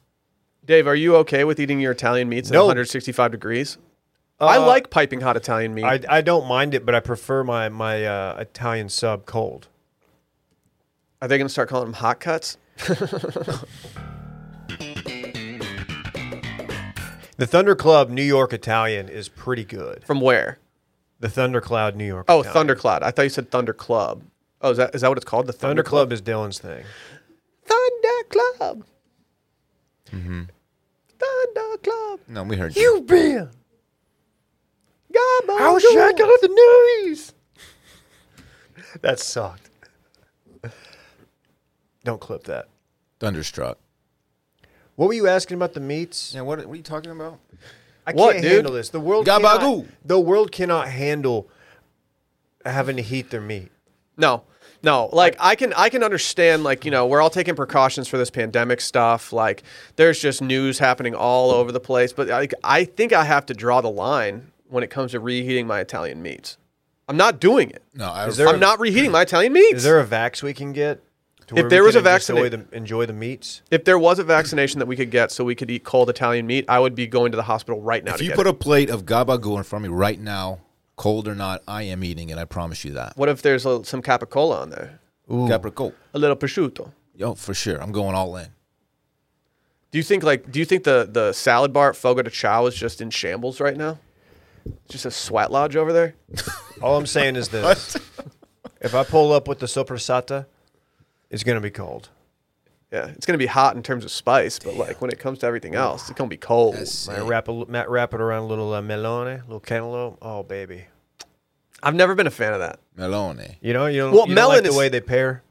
S1: Dave, are you okay with eating your Italian meats at
S2: No.
S1: 165 degrees?
S3: Uh,
S1: I like piping hot Italian meat.
S2: Uh, I, I don't mind it, but I prefer my my uh, Italian sub cold.
S1: Are they going to start calling them hot cuts?
S2: The Thunder Club New York Italian is pretty good.
S1: From where?
S2: The Thundercloud New York.
S1: Oh,
S2: Italian.
S1: Thundercloud. I thought you said Thunder Club. Oh, is that is that what it's called? The Thunder
S2: Thunder Club is Dylan's thing.
S1: Thunder Club. Mm-hmm. Thunder Club.
S3: No, we heard you.
S2: You been?
S1: Gabagool.
S2: got the news? that sucked. Don't clip that.
S3: Thunderstruck.
S2: What were you asking about the meats?
S3: Yeah, what, what are you talking about?
S2: I
S1: What,
S2: can't
S1: dude?
S2: handle this. The world
S3: Gabagoo.
S2: cannot, The world cannot handle having to heat their meat.
S1: No, no. Like I can, I can understand. Like you know, we're all taking precautions for this pandemic stuff. Like there's just news happening all over the place. But like, I think I have to draw the line when it comes to reheating my Italian meats. I'm not doing it.
S3: No, I,
S2: there-
S1: I'm not reheating my Italian meats.
S2: Is there a vax we can get? to where we
S1: there was
S2: can
S1: a
S2: just enjoy
S1: vaccinate-
S2: the, enjoy the meats.
S1: if there was a vaccination that we could get so we could eat cold Italian meat, I would be going to the hospital right now.
S3: if
S1: to
S3: you
S1: get
S3: put
S1: it.
S3: a plate of gabagool in front of me right now, cold or not, I am eating it. I promise you that.
S1: what if there's a, some capicola on there,
S3: Gabagool.
S1: a little prosciutto?
S3: Yo, for sure. I'm going all in.
S1: Do you think like do you think the the salad bar at Fogo de Chao is just in shambles right now? Just a sweat lodge over there.
S2: All I'm saying is this: if I pull up with the soprasata, it's gonna be cold.
S1: Yeah, it's gonna be hot in terms of spice, but like when it comes to everything else, it's gonna be cold.
S2: Might wrap a, li- might wrap it around a little uh, melone, little cantaloupe. Oh baby,
S1: I've never been a fan of that.
S3: Melone.
S2: you know you don't,
S1: Well,
S2: you don't like
S1: melon
S2: the
S1: is-
S2: way they pair.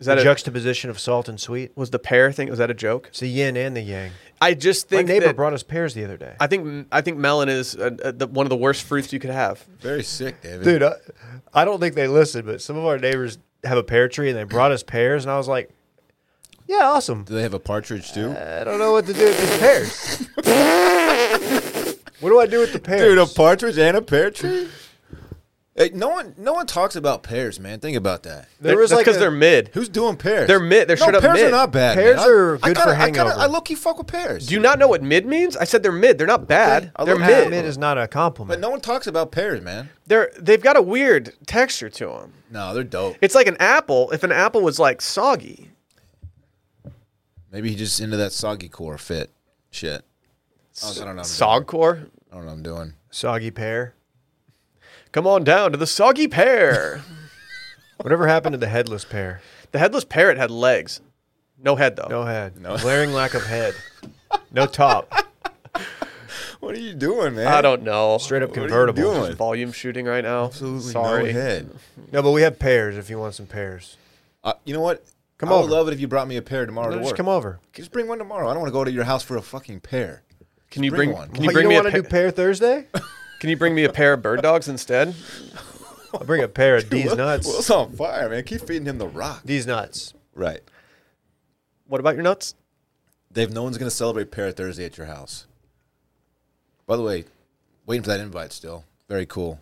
S1: Is that
S2: the
S1: a,
S2: juxtaposition of salt and sweet?
S1: was the pear thing? Was that a joke?
S2: It's the yin and the yang.
S1: I just
S2: My
S1: think
S2: neighbor
S1: that-
S2: brought us pears the other day.
S1: I think I think melon is uh uh the, one of the worst fruits you could have.
S3: Very sick, David.
S2: Dude, I, I don't think they listened, but some of our neighbors have a pear tree and they brought us pears, and I was like, yeah, awesome.
S3: Do they have a partridge too?
S2: I don't know what to do with these <laughs> pears. what do I do with the pears?
S3: Dude, a partridge and a pear tree? Hey, no one no one talks about pears, man. Think about that.
S2: there was like
S1: because
S2: a-
S1: they're mid.
S3: Who's doing pears?
S1: They're mid- they're
S3: no,
S1: straight up
S3: pears
S1: mid.
S3: are not bad.
S2: Pears
S3: man. I-
S2: are
S3: I
S2: good
S3: gotta-
S2: for
S3: I,
S2: hangover.
S3: gotta, I low key fuck with pears.
S1: Do you not know what mid means? I said they're mid. They're not bad.
S3: I
S1: they're
S3: love how
S1: mid.
S2: Mid is not a
S3: but
S2: compliment.
S3: no one talks about pears, man.
S1: They're they've got a weird texture to them.
S3: No, they're dope.
S1: It's like an apple. If an apple was like soggy,
S3: Maybe he just into that soggy core fit shit. I don't know. what I'm
S1: sog core.
S3: doing. I don't know what I'm doing.
S2: Soggy pear.
S1: Come on down to the soggy pear.
S2: Whatever happened to the headless pear?
S1: the headless parrot had legs, no head though.
S2: No head.
S3: No.
S2: Glaring lack of
S1: <laughs>
S2: head. No top.
S3: What are you doing, man?
S1: I don't know.
S2: Straight up
S3: What are you
S2: convertible.
S3: doing?
S1: Just volume shooting right now. Absolutely.
S3: No
S1: Sorry.
S3: head.
S2: No, but we have pears if you want some pears.
S3: Uh, you know what?
S2: Come
S3: I would
S2: over.
S3: love it if you brought me a pear tomorrow
S2: No,
S3: to
S2: just
S3: work.
S2: come over.
S3: Just bring one tomorrow. I don't want to go to your house for a fucking pear.
S1: Can you
S3: Bring
S1: bring?
S3: one.
S1: Can you
S2: What,
S1: bring
S2: don't
S1: me a
S2: want to do
S1: pa- <laughs>
S2: pear Thursday?
S1: Can you bring me a pair of bird dogs instead?
S2: I'll bring a
S1: <laughs>
S2: pair of these
S3: Will-
S2: nuts.
S3: Will's on fire, man. Keep feeding him the rock.
S2: These nuts.
S3: Right.
S1: What about your nuts?
S3: Dave, no one's going to celebrate Pear Thursday at your house. By the way, waiting for that invite still. Very cool.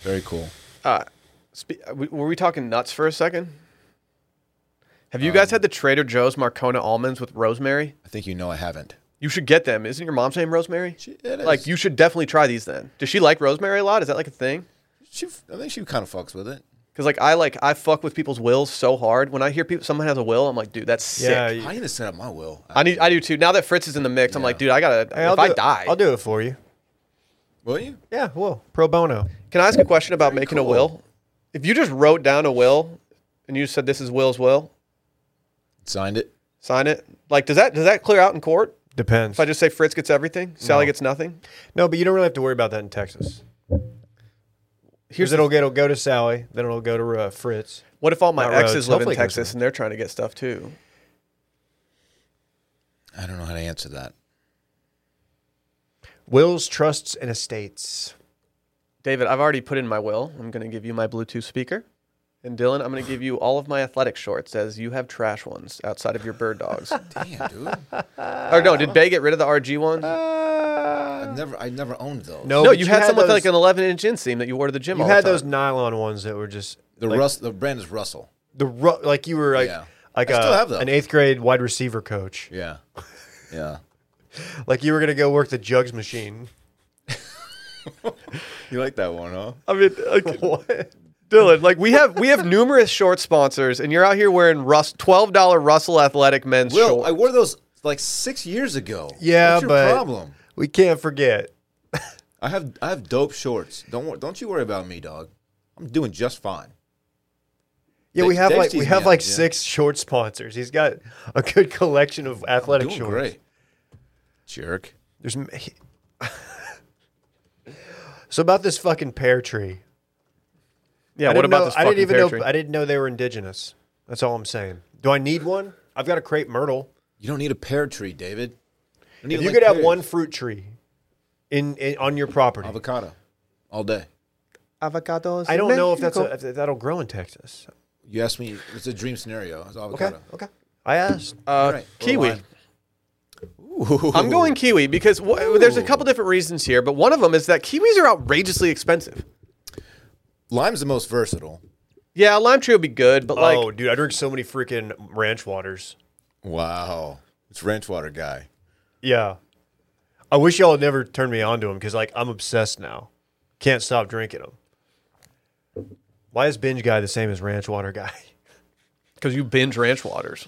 S3: Very cool.
S1: Uh, spe- uh, w- were we talking nuts for a second? Have you guys had the Trader Joe's Marcona almonds with rosemary?
S3: I think you know I haven't.
S1: You should get them. Isn't your mom's name Rosemary?
S3: She, it is.
S1: Like you should definitely try these. Then does she like rosemary a lot? Is that like a thing?
S3: She, I think she kind of fucks with it.
S1: Because like I like I fuck with people's wills so hard. When I hear people someone has a will, I'm like, dude, that's sick.
S2: Yeah,
S3: I need to set up my will.
S1: I need I do too. Now that Fritz is in the mix, I'm like, dude, I gotta.
S2: Hey,
S1: if
S2: do
S1: I
S2: it-
S1: die,
S2: I'll do it for you.
S3: Will you?
S2: Yeah, well, pro bono.
S1: Can I ask a question about making a will? If you just wrote down a will and you said this is Will's will,
S3: Signed it.
S1: sign it. Like, does that does that clear out in court?
S2: Depends.
S1: If I just say Fritz gets everything, Sally gets nothing.
S2: no, but you don't really have to worry about that in Texas. Here's it'll get it'll go to Sally, then it'll go to uh, Fritz.
S1: What if all my
S2: Not roads.
S1: exes live in
S2: Hopefully it goes
S1: Texas and they're trying to get stuff too?
S3: I don't know how to answer that.
S2: Wills, trusts, and estates.
S1: David, I've already put in my will. I'm going to give you my Bluetooth speaker. And Dylan, I'm going to give you all of my athletic shorts as you have trash ones outside of your bird
S2: <laughs>
S1: dogs.
S3: Damn, dude.
S1: or no, did Bay get rid of the RG ones?
S3: I've never, I never owned those.
S2: No,
S1: no,
S2: but
S1: you, had, some with
S2: those-
S1: like an 11 inch inseam that you wore to the gym.
S2: You
S1: all
S2: had
S1: the time.
S2: those nylon ones that were just
S3: The Rus- the brand is Russell.
S2: the ru- like you were like
S3: Yeah.
S2: like
S3: I still
S2: a-
S3: have those.
S2: an eighth grade wide receiver coach.
S3: Yeah. Yeah.
S2: Like you were gonna go work the jugs
S3: <laughs>
S2: machine.
S3: You like that one, huh?
S1: I mean,
S2: uh, <laughs>
S1: like, Dylan, like we have we have numerous short sponsors, and you're out here wearing Rus- twelve dollar Russell Athletic men's
S3: Will,
S1: shorts.
S3: I wore those like six years ago.
S2: Yeah,
S3: What's your
S2: but-
S3: problem?
S2: We can't forget.
S3: I have I have dope shorts. Don't wor- don't you worry about me, dog. I'm doing just fine.
S2: Yeah, we
S3: Dave-
S2: have
S3: Dave
S2: like we
S3: sees me
S2: have
S3: out,
S2: like
S3: yeah.
S2: six short sponsors. He's got a good collection of athletic
S3: Doing
S2: shorts.
S3: great. Jerk.
S2: There's m- he- <laughs> so about this fucking pear tree.
S1: yeah,
S2: I
S1: what
S2: didn't
S1: about
S2: know-
S1: this
S2: I
S1: fucking
S2: didn't even
S1: pear
S2: know.
S1: tree?
S2: I didn't know they were indigenous. That's all I'm saying. Do I need one? I've got a crepe myrtle.
S3: You don't need a pear tree, David. And
S2: If
S3: even
S2: you
S3: like
S2: could have
S3: pears,
S2: one fruit tree in, in on your property,
S3: avocado all day.
S1: Avocados.
S2: I don't know if that's a, if that'll grow in Texas.
S3: You asked me, it's a dream scenario. It's
S2: Okay,
S3: avocado.
S2: okay. I asked.
S1: uh,
S3: right, or
S1: kiwi.
S3: lime. Ooh.
S2: <laughs>
S1: I'm going kiwi because w- there's a couple different reasons here, but one of them is that kiwis are outrageously expensive.
S3: <laughs> Lime's the most versatile.
S1: Yeah, a lime tree would be good, but like
S2: oh, dude, I drink so many freaking ranch waters.
S3: Wow. It's ranch water guy.
S2: Yeah. I wish y'all had never turned me on to them because, like, I'm obsessed now. Can't stop drinking them. Why is binge guy the same as ranch water guy? <laughs>
S1: because you binge ranch waters.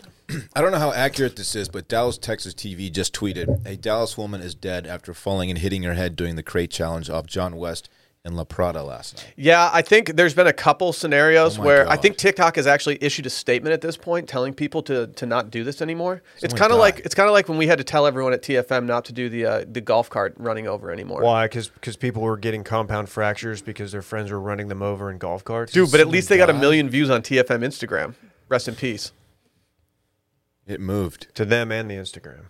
S3: I don't know how accurate this is, but Dallas, Texas TV just tweeted a Dallas woman is dead after falling and hitting her head during the crate challenge off John West in La Prada last night.
S1: Yeah, I think there's been a couple scenarios
S3: Oh my
S1: where I
S3: God.
S1: think TikTok has actually issued a statement at this point telling people to to not do this anymore. it's
S3: Someone
S1: kind of
S3: die.
S1: like it's kind of like when we had to tell everyone at TFM not to do the uh, the golf cart running over anymore.
S2: Why? Because people were getting compound fractures because their friends were running them over in golf carts.
S1: Dude, but at
S3: Someone
S1: least they got a
S3: died?
S1: million views on TFM Instagram. Rest in peace.
S3: It moved.
S2: to them and the Instagram.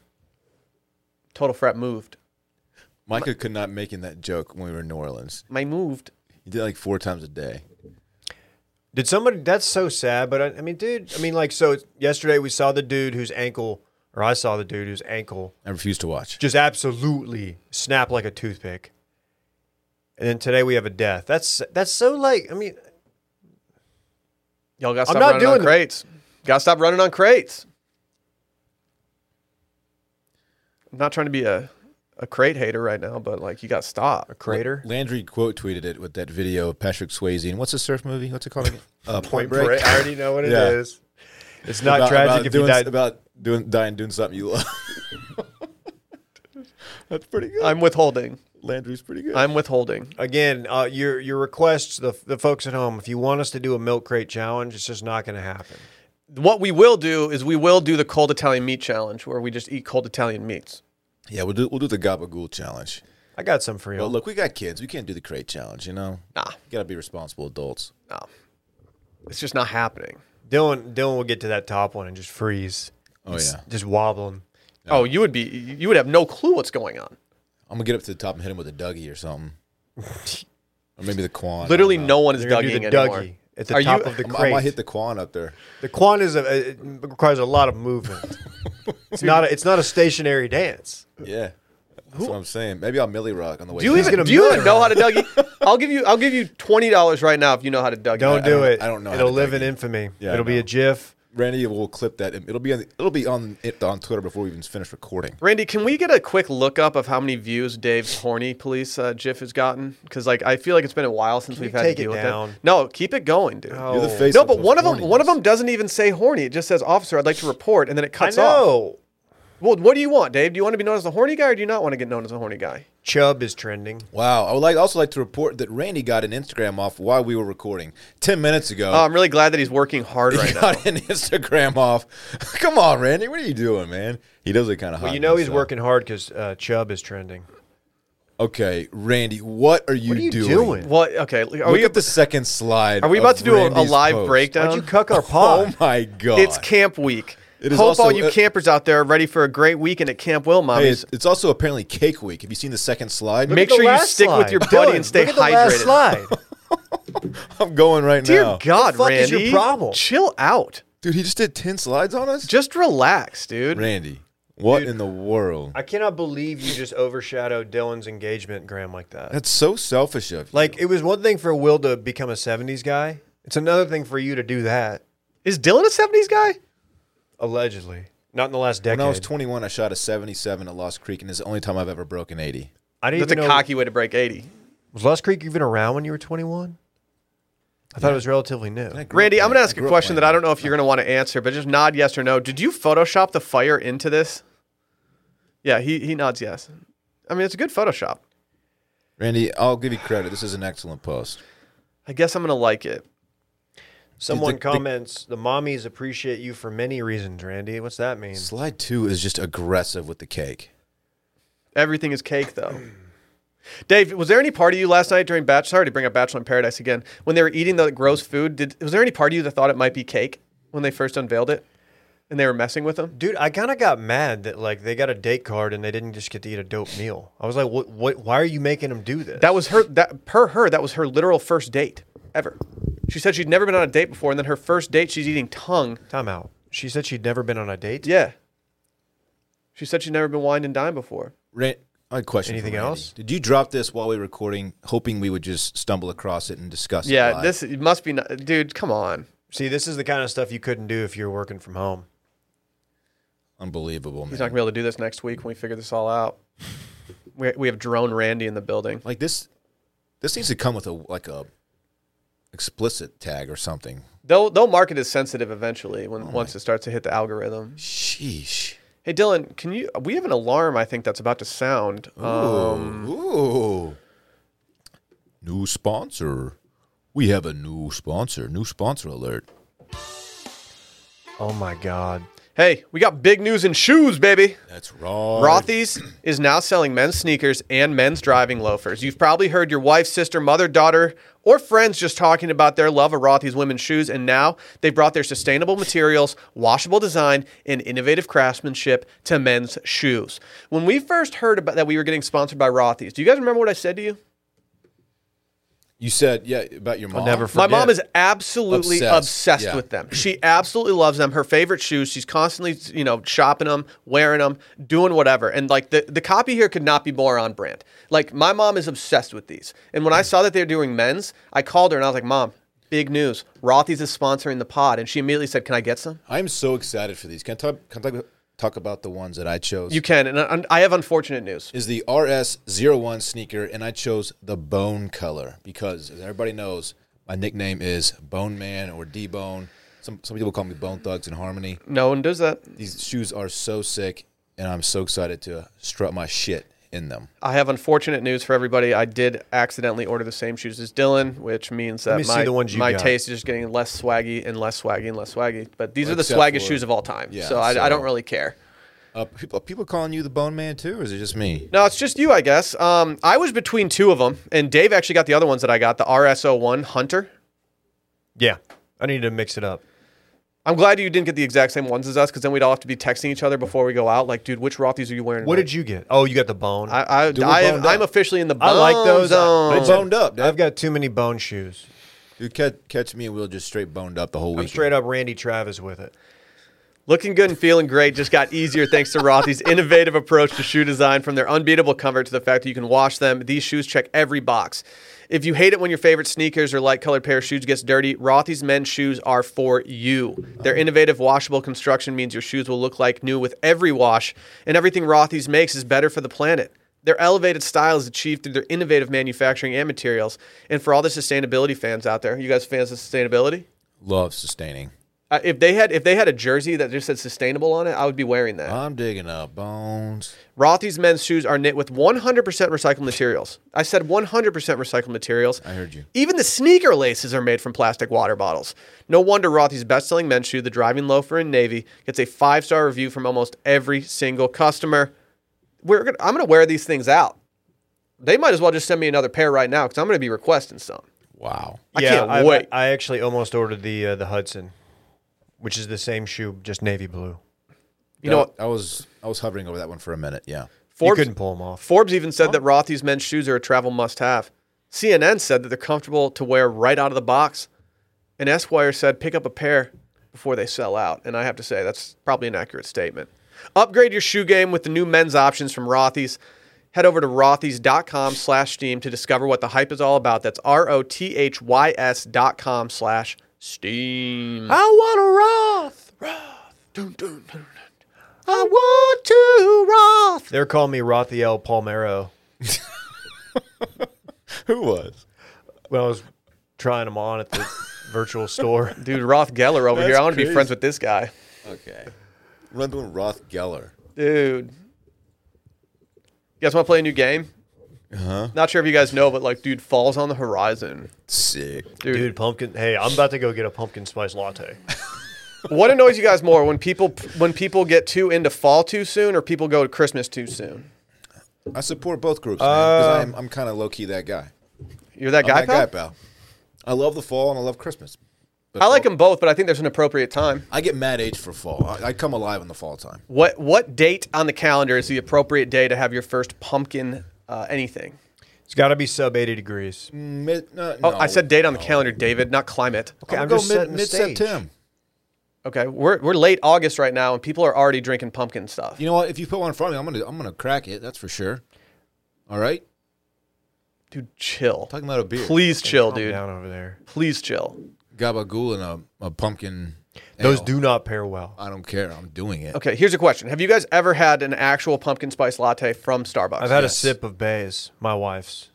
S1: Total fret moved.
S3: Micah could not make in that joke when we were in New Orleans.
S1: My moved.
S3: He did it like four times a day.
S2: Did somebody? That's so sad. But I, I mean, dude, I mean, like, so yesterday we saw the dude whose ankle, or I saw the dude whose ankle
S3: I refuse to watch.
S2: just absolutely snap like a toothpick. And then today we have a death. That's that's so like I mean
S1: Y'all got to
S2: I'm
S1: stop
S2: not
S1: running on
S2: doing that.
S1: crates. Got to stop running on crates. I'm not trying to be a, a crate hater right now, but like you got to stop.
S2: a crater.
S3: Landry quote tweeted it with that video of Patrick Swayze and what's the surf movie? What's it called again? <laughs> Uh, Point Break.
S2: I already know what it is.
S3: Yeah.
S2: It's not
S3: About-
S2: tragic
S3: about
S2: if
S3: doing,
S2: you died.
S3: about doing dying doing something you love. <laughs> That's pretty good.
S1: I'm withholding.
S3: Landry's pretty good.
S1: I'm withholding.
S2: Again, uh, your your requests the the folks at home. If you want us to do a milk crate challenge, it's just not going to happen.
S1: What we will do is we will do the cold Italian meat challenge where we just eat cold Italian meats.
S3: yeah, we'll do we'll do the gabagool challenge.
S2: I got some for you.
S3: But look, we got kids. We can't do the crate challenge, you know?
S1: Nah.
S3: You gotta be responsible adults.
S1: No. It's just not happening.
S2: Dylan Dylan will get to that top one and just freeze.
S3: Oh
S2: Just-
S3: yeah.
S2: just wobble him.
S1: Oh, you would be you would have no clue what's going on.
S3: I'm gonna get up to the top and hit him with a Dougie
S2: <laughs>
S3: or something. or maybe the Quan. I don't
S1: Literally
S3: know.
S1: no one is
S2: They're gonna do
S1: dugging
S2: the
S1: anymore.
S2: Dougie at the
S1: Are
S2: top
S1: you-
S2: of the
S3: I'm- I
S2: crate.
S3: might hit the Quan up there.
S2: The quan is a, it requires a lot of movement. it's not a, it's not a stationary dance.
S3: Yeah. That's what I'm saying. Maybe I'll Millie Rock on the way.
S1: Do you
S3: down.
S2: He's
S1: even
S2: gonna
S1: do you even
S2: murder
S1: know how to Dougie?
S2: <laughs>
S1: I'll give you I'll give you twenty dollars right now if you know how to Dougie.
S2: Don't do
S3: don't-
S2: it.
S3: I don't know how
S2: It'll
S3: to
S2: live
S3: take
S2: in infamy.
S3: Yeah, I
S2: It'll be
S3: know.
S2: a GIF.
S3: Randy will clip that. um, It'll be on the, it'll be on it on Twitter before we even finish recording.
S1: Randy, can we get a quick look up of how many views Dave's horny police uh, GIF has gotten? Because like I feel like it's been a while since
S2: Can
S1: we've
S2: you
S1: had to
S2: take it
S1: deal with
S2: down?
S1: that. No, keep it going, dude.
S2: No.
S3: You're the
S2: Oh.
S3: face.
S1: No,
S3: of
S1: but
S3: the
S1: one of them one of
S3: horniness.
S1: them doesn't even say horny. It just says officer. I'd like to report, and then it
S2: I
S1: cuts off.
S2: know.
S1: Well, what do you want, Dave? Do you want to be known as the horny guy, or do you not want to get known as a horny guy?
S2: Chubb is trending.
S3: Wow. I would like also like to report that Randy got an Instagram off while we were recording ten minutes ago.
S1: Oh, I'm really glad that he's working hard
S3: he
S1: right now.
S3: got an Instagram off. <laughs> Come on, Randy. What are you doing, man? He does look kind of hot.
S2: Well, you
S3: in
S2: know
S3: this,
S2: he's
S3: uh,
S2: working hard because uh, Chubb is trending.
S3: Okay, Randy. What are you,
S2: What are you
S3: doing?
S1: <laughs>
S2: doing?
S1: What? Okay, are
S3: Look
S1: we
S3: at the second slide.
S1: are we
S3: of
S1: about to do a, a
S3: Randy's
S1: live
S3: post.
S1: breakdown?
S2: Why'd you cuck our
S3: Oh
S2: pod?
S3: my god!
S1: It's camp week.
S3: It is
S1: Hope
S3: also-
S1: all you
S3: uh,
S1: campers out there are ready for a great weekend at Camp Will,
S3: Hey,
S1: mommies.
S3: it's, it's also apparently cake week. Have you seen the second slide?
S1: Make
S2: Look at the
S1: sure you
S2: last
S1: stick with your
S2: slide.
S1: buddy
S2: Dylan,
S1: and stay
S2: look at the last
S1: hydrated.
S2: slide.
S3: <laughs> I'm going right
S1: Dear
S3: now,
S1: God,
S2: fuck
S1: Randy,
S2: is your problem?
S1: chill out.
S3: dude. He just did ten slides on us.
S1: Just relax, dude.
S3: Randy, what in the world?
S2: <laughs> I cannot believe you just overshadowed Dylan's engagement, Graham, like that.
S3: That's so selfish of you.
S2: Like it was one thing for Will to become a '70s guy. It's another thing for you to do that.
S1: Is Dylan a '70s guy?
S2: Allegedly, not in the last decade.
S3: when I was 21, I shot a 77 at Lost Creek, and it's the only time I've ever broken 80.
S2: I didn't
S1: That's a
S2: even know.
S1: cocky way to break 80.
S2: Was Lost Creek even around when you were 21? I thought it was relatively new.
S3: I grew
S1: Randy,
S3: up
S1: I'm going to
S3: playing-
S1: ask a
S3: grew up
S1: question that
S3: playing
S1: I don't know if you're going to want to answer, but just nod yes or no. Did you Photoshop the fire into this? Yeah, he, he nods yes. I mean, it's a good Photoshop.
S3: Randy, I'll give you credit. This is an excellent post.
S1: I guess I'm going to like it.
S2: Someone
S3: the- the-
S2: comments, the, mommies appreciate you for many reasons, Randy. What's that mean?
S3: Slide two is just aggressive with the cake.
S1: Everything is cake, though. <clears throat> Dave, was there any part of you last night during Bachelor? Sorry to bring up Bachelor in Paradise again. When they were eating the gross food, did was there any part of you that thought it might be cake when they first unveiled it? and they were messing with him.
S2: Dude, I kind of got mad that like they got a date card and they didn't just get to eat a dope meal. I was like, what? What? Why are you making them do this?
S1: That was her. That per her, that was her literal first date ever. She said she'd never been on a date before, and then her first date, she's eating tongue.
S2: time out. She said she'd never been on a date.
S1: Yeah. She said she'd never been wined and dined before.
S3: Ran- I had a question. for
S2: Anything
S3: Randy.
S2: else?
S3: Did you drop this while we were recording, hoping we would just stumble across it and discuss it?
S1: Yeah,
S3: live?
S1: this it must be, not, dude. Come on.
S2: See, this is the kind of stuff you couldn't do if you were working from home.
S3: unbelievable, man.
S1: He's not gonna be able to do this next week when we figure this all out. We, we have drone Randy in the building.
S3: like this. This needs to come with a like a explicit tag or something.
S1: They'll they'll mark it as sensitive eventually when once it starts to hit the algorithm.
S3: Sheesh.
S1: Hey Dylan, can you? We have an alarm. I think that's about to sound. Um,
S3: Ooh. New sponsor. We have a new sponsor. New sponsor alert.
S2: Oh my god.
S1: hey, we got big news in shoes, baby.
S3: That's raw.
S1: Rothy's is now selling men's sneakers and men's driving loafers. You've probably heard your wife, sister, mother, daughter, or friends just talking about their love of Rothy's women's shoes, and now they brought their sustainable materials, washable design, and innovative craftsmanship to men's shoes. When we first heard about that we were getting sponsored by Rothy's, do you guys remember what I said to you?
S3: You said yeah about your mom.
S2: never
S1: My
S2: forget.
S1: mom is absolutely obsessed,
S3: Obsessed, yeah.
S1: with them. She absolutely loves them. Her favorite shoes. She's constantly, you know, shopping them, wearing them, doing whatever. And like the, the copy here could not be more on brand. Like my mom is obsessed with these. And when I saw that they were doing men's, I called her and I was like, "Mom, big news! Rothy's is sponsoring the pod." And she immediately said, "Can I get some?"
S3: I'm so excited for these. Can I talk? Can I talk, talk about the ones that I chose?
S1: You can. And I, I have unfortunate news.
S3: is the RS01 sneaker, and I chose the bone color because, as everybody knows, my nickname is Bone Man or D Bone. Some, some people call me Bone Thugs in Harmony.
S1: No one does that.
S3: These shoes are so sick, and I'm so excited to strut my shit in them.
S1: I have unfortunate news for everybody. I did accidentally order the same shoes as Dylan, which means that
S2: me see
S1: my,
S2: the ones you
S1: my
S2: got.
S1: taste is just getting less swaggy and less swaggy and less swaggy. But these are the
S3: Except
S1: swaggiest
S3: for-
S1: shoes of all time.
S3: yeah,
S1: so, I, I don't
S3: so-
S1: really care.
S3: Uh, people, are people calling you the Bone Man too, or is it just me?
S1: No, it's just you, I guess. Um, I was between two of them, and Dave actually got the other ones that I got the RS01 Hunter.
S2: Yeah. I need to mix it up.
S1: I'm glad you didn't get the exact same ones as us because then we'd all have to be texting each other before we go out. Like, dude, which Rothy's are you wearing?
S2: What did you get? Oh, you got the bone. I,
S1: I, I,
S3: Dude, we're
S1: I am,
S3: boned up.
S1: I'm officially in the
S2: I like
S1: bone
S2: those.
S1: zone.
S2: I-
S3: Boned up, dude.
S2: have got too many bone shoes.
S3: Dude, catch, catch me and we'll just straight boned up the whole
S2: I'm
S3: week.
S2: straight up Randy Travis with it.
S1: Looking good and feeling great just got easier thanks to Rothy's innovative approach to shoe design, from their unbeatable comfort to the fact that you can wash them. These shoes check every box. If you hate it when your favorite sneakers or light colored pair of shoes gets dirty, Rothy's men's shoes are for you. Their innovative washable construction means your shoes will look like new with every wash, and everything Rothy's makes is better for the planet. Their elevated style is achieved through their innovative manufacturing and materials. And for all the sustainability fans out there, you guys fans of sustainability?
S3: Love sustaining.
S1: Uh, if they had if they had a jersey that just said sustainable on it, I would be wearing that.
S3: I'm digging up bones.
S1: Rothy's men's shoes are knit with 100% recycled materials. I said 100% recycled materials.
S3: I heard you.
S1: Even the sneaker laces are made from plastic water bottles. No wonder Rothy's best-selling men's shoe, the Driving Loafer in Navy, gets a five-star review from almost every single customer. We're gonna, I'm going to wear these things out. They might as well just send me another pair right now because I'm going to be requesting some.
S3: Wow.
S1: I can't
S2: I,
S1: wait.
S2: I actually almost ordered the uh, the Hudson, which is the same shoe, just navy blue.
S1: you know, what?
S3: I was I was hovering over that one for a minute. Yeah.
S1: Forbes,
S2: you couldn't pull them off.
S1: Forbes even said that Rothy's men's shoes are a travel must have. CNN said that they're comfortable to wear right out of the box. And Esquire said pick up a pair before they sell out. And I have to say, that's probably an accurate statement. Upgrade your shoe game with the new men's options from Rothy's. Head over to rothys.com slash steam to discover what the hype is all about. That's R O T H Y S dot com slash steam.
S2: I want a Roth.
S1: Dun, dun, dun.
S2: I want to Roth. They're calling me Rothiel Palmero
S3: Who was?
S2: when I was trying them on at the virtual store.
S1: Dude, Roth Geller over here.
S3: That's
S1: I want to be
S3: crazy.
S1: friends with this guy.
S3: Okay. Run doing Roth Geller.
S1: Dude. You guys want to play a new game? Uh-huh. Not sure if you guys know, but like, dude, falls on the horizon.
S3: Sick.
S1: Dude,
S2: Dude, pumpkin. Hey, I'm about to go get a pumpkin spice latte.
S1: what annoys you guys more when people when people get too into fall too soon, or people go to Christmas too soon?
S3: I support both groups, man. 'cause I'm, I'm kind of low key that Uh, guy.
S1: You're that
S3: I'm
S1: guy,
S3: that
S1: pal?
S3: guy, pal. I love the fall and I love Christmas. But
S1: I like them both, but I think there's an appropriate time.
S3: I get mad age for fall. I, I come alive in the fall time.
S1: What what date on the calendar is the appropriate day to have your first pumpkin uh, anything?
S2: It's got to be sub 80 degrees.
S3: Mid, no,
S1: Oh,
S3: no,
S1: I said date on the
S3: no.
S1: calendar, David, not climate.
S2: Okay,
S3: I'll
S2: I'm
S3: go
S2: just
S3: mid,
S2: setting the stage.
S3: mid-September.
S1: Okay, we're, we're late August right now, and people are already drinking pumpkin stuff.
S3: You know what? If you put one in front of me, I'm gonna I'm gonna crack it. That's for sure. All right,
S1: Dude, chill.
S3: talking about a beer,
S1: Please chill,
S2: Calm
S1: dude.
S2: down over there.
S1: Please chill.
S3: gabagool and a, a pumpkin.
S2: Those
S3: ale.
S2: do not pair well.
S3: I don't care. I'm doing it.
S1: Okay, here's a question: Have you guys ever had an actual pumpkin spice latte from Starbucks?
S2: I've had a
S3: Yes.
S2: sip of Bay's, my wife's,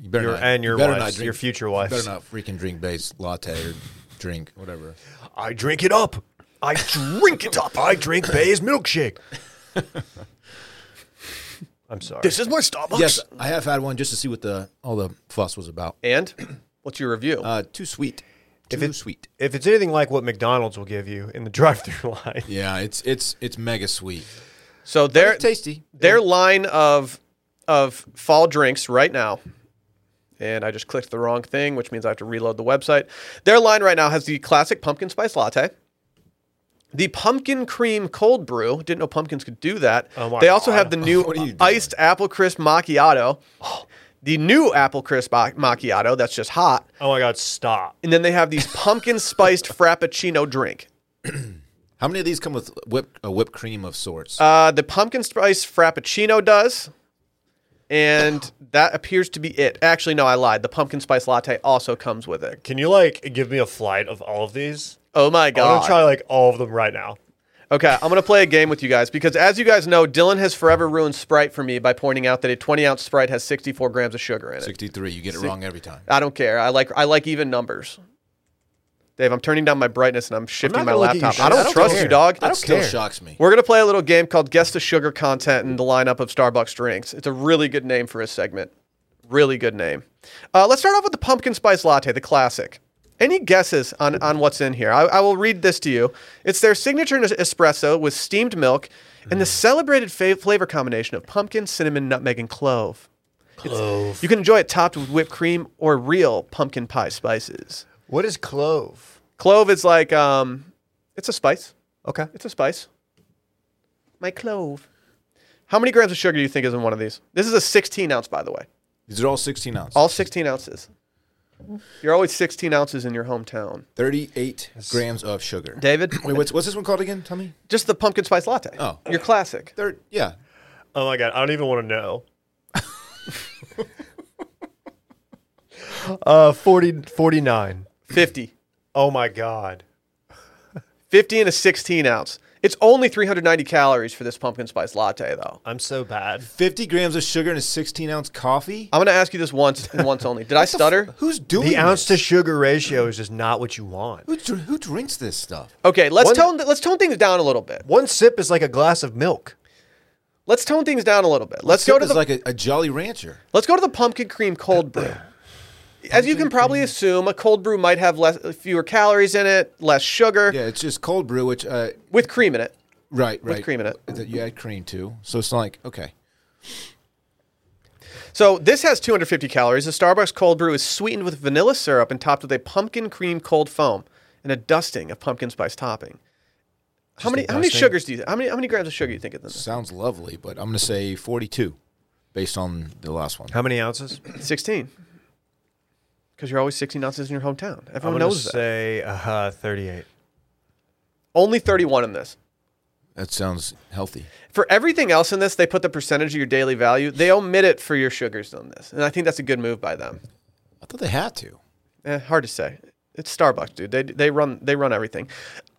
S3: You better
S2: your,
S3: not,
S2: and your
S3: you better not
S2: wife's,
S3: drink-
S2: your future
S3: you
S2: wife's.
S3: better not freaking drink base latte or drink whatever.
S2: I drink it up. I drink it up. I drink Bay's milkshake. I'm sorry.
S1: is my Starbucks.
S3: Yes, I have had one just to see what the all the fuss was about.
S1: And what's your review?
S3: Uh, too sweet. Too
S2: it-
S3: sweet.
S2: if it's anything like what McDonald's will give you in the <laughs> drive-through line,
S3: Yeah, it's it's it's mega sweet.
S1: so their
S3: It's tasty.
S1: their line of of fall drinks right now, and I just clicked the wrong thing, which means I have to reload the website. Their line right now has the classic pumpkin spice latte. The pumpkin cream cold brew. Didn't know pumpkins could do that.
S2: Oh my
S1: they also
S2: God.
S1: have the new
S3: What are you doing?
S1: iced apple crisp macchiato. The new apple crisp ma- macchiato that's just hot.
S2: oh my God, stop.
S1: and then they have these pumpkin spiced frappuccino drink.
S3: How many of these come with whipped a whipped cream of sorts?
S1: Uh, the pumpkin spice frappuccino does, and that appears to be it. Actually, no, I lied. The pumpkin spice latte also comes with it.
S2: Can you like give me a flight of all of these?
S1: Oh my
S2: I'm gonna
S1: god!
S2: try like all of them right now.
S1: okay, I'm gonna play a game with you guys because, as you guys know, Dylan has forever ruined Sprite for me by pointing out that a 20 ounce Sprite has 64 grams of sugar in it.
S3: Sixty three. You get it wrong every time.
S1: I don't care. I like I like even numbers. Dave, I'm turning down my brightness and I'm shifting
S2: not
S1: my
S2: gonna look at you
S1: laptop.
S2: shit.
S1: I don't,
S2: I don't
S1: trust
S2: care.
S1: you, dog.
S3: That still
S2: care.
S3: shocks me.
S1: We're gonna play a little game called Guess the Sugar Content in the lineup of Starbucks drinks. It's a really good name for a segment. Really good name. Uh, let's start off with the pumpkin spice latte, the classic. Any guesses on, on what's in here? I, I will read this to you. It's their signature nes- espresso with steamed milk and the celebrated fa- flavor combination of pumpkin, cinnamon, nutmeg, and clove.
S2: Clove.
S1: You can enjoy it topped with whipped cream or real pumpkin pie spices.
S2: What is clove?
S1: Clove is like, um, it's a spice.
S2: Okay.
S1: It's a spice. My clove. How many grams of sugar do you think is in one of these? This is a 16 ounce, by the way.
S3: These are all sixteen ounce.
S1: All 16 ounces. You're always 16 ounces in your hometown.
S3: Thirty eight grams of sugar.
S1: David,
S3: Wait, what's what's this one called again? Tell me.
S1: just the pumpkin spice latte.
S3: Oh.
S1: Your classic.
S3: Third. Yeah.
S2: Oh my god, I don't even want to know. <laughs> uh 40 49.
S1: 50.
S2: Oh my god.
S1: 50 and a 16 ounce. It's only 390 calories for this pumpkin spice latte, though.
S2: I'm so bad.
S3: Fifty grams of sugar in a sixteen ounce coffee.
S1: I'm going to ask you this once <laughs> and once only. Did I Uh, stutter?
S3: Who's doing
S2: The ounce to
S3: this?
S2: sugar ratio is just not what you want.
S3: Who, dr- who drinks this stuff?
S1: Okay, let's
S2: One-
S1: tone let's tone things down a little bit.
S2: One sip is like a glass of milk.
S1: Let's tone things down a little bit. Let's
S3: Sip
S1: go to
S3: is
S1: the
S3: like a, a Jolly Rancher.
S1: Let's go to the pumpkin cream cold brew. As you can probably assume, a cold brew might have less, fewer calories in it, less sugar,
S3: Yeah, it's just cold brew, which uh,
S1: with cream in it.
S3: right, right,
S1: cream in it.
S3: That you add cream too, so it's not like okay.
S1: So this has 250 calories. The Starbucks cold brew is sweetened with vanilla syrup and topped with a pumpkin cream cold foam and a dusting of pumpkin spice topping. How many how many
S3: dusting?
S1: sugars do you how many how many grams of sugar do you think it's in this?
S3: Sounds lovely, but I'm gonna say 42, based on the last one.
S2: How many ounces? I'm
S1: 16. Because you're always 16 ounces in your hometown. Everyone
S2: gonna
S1: knows that.
S2: say uh, 38.
S1: Only 31 in this.
S3: That sounds healthy.
S1: for everything else in this, they put the percentage of your daily value. They omit it for your sugars on this, and I think that's a good move by them.
S3: I thought they had to.
S1: Eh, hard to say. It's Starbucks, dude. They they run they run everything.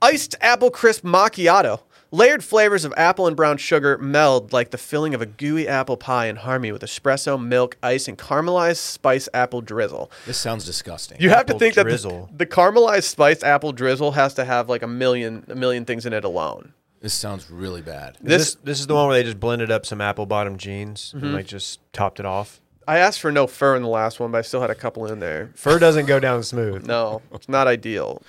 S1: Iced apple crisp macchiato. Layered flavors of apple and brown sugar meld like the filling of a gooey apple pie in harmony with espresso, milk, ice, and caramelized spice apple drizzle.
S3: This sounds disgusting.
S1: You have to
S2: Apple
S1: think
S2: drizzle.
S1: that the, the caramelized spice apple drizzle has to have like a million a million things in it alone.
S3: this sounds really bad.
S2: This, this is the one where they just blended up some apple bottom jeans
S3: Mm-hmm.
S2: and like just topped it off.
S1: I asked for no fur in the last one, but I still had a couple in there.
S2: Fur doesn't go down smooth.
S1: No, it's not ideal.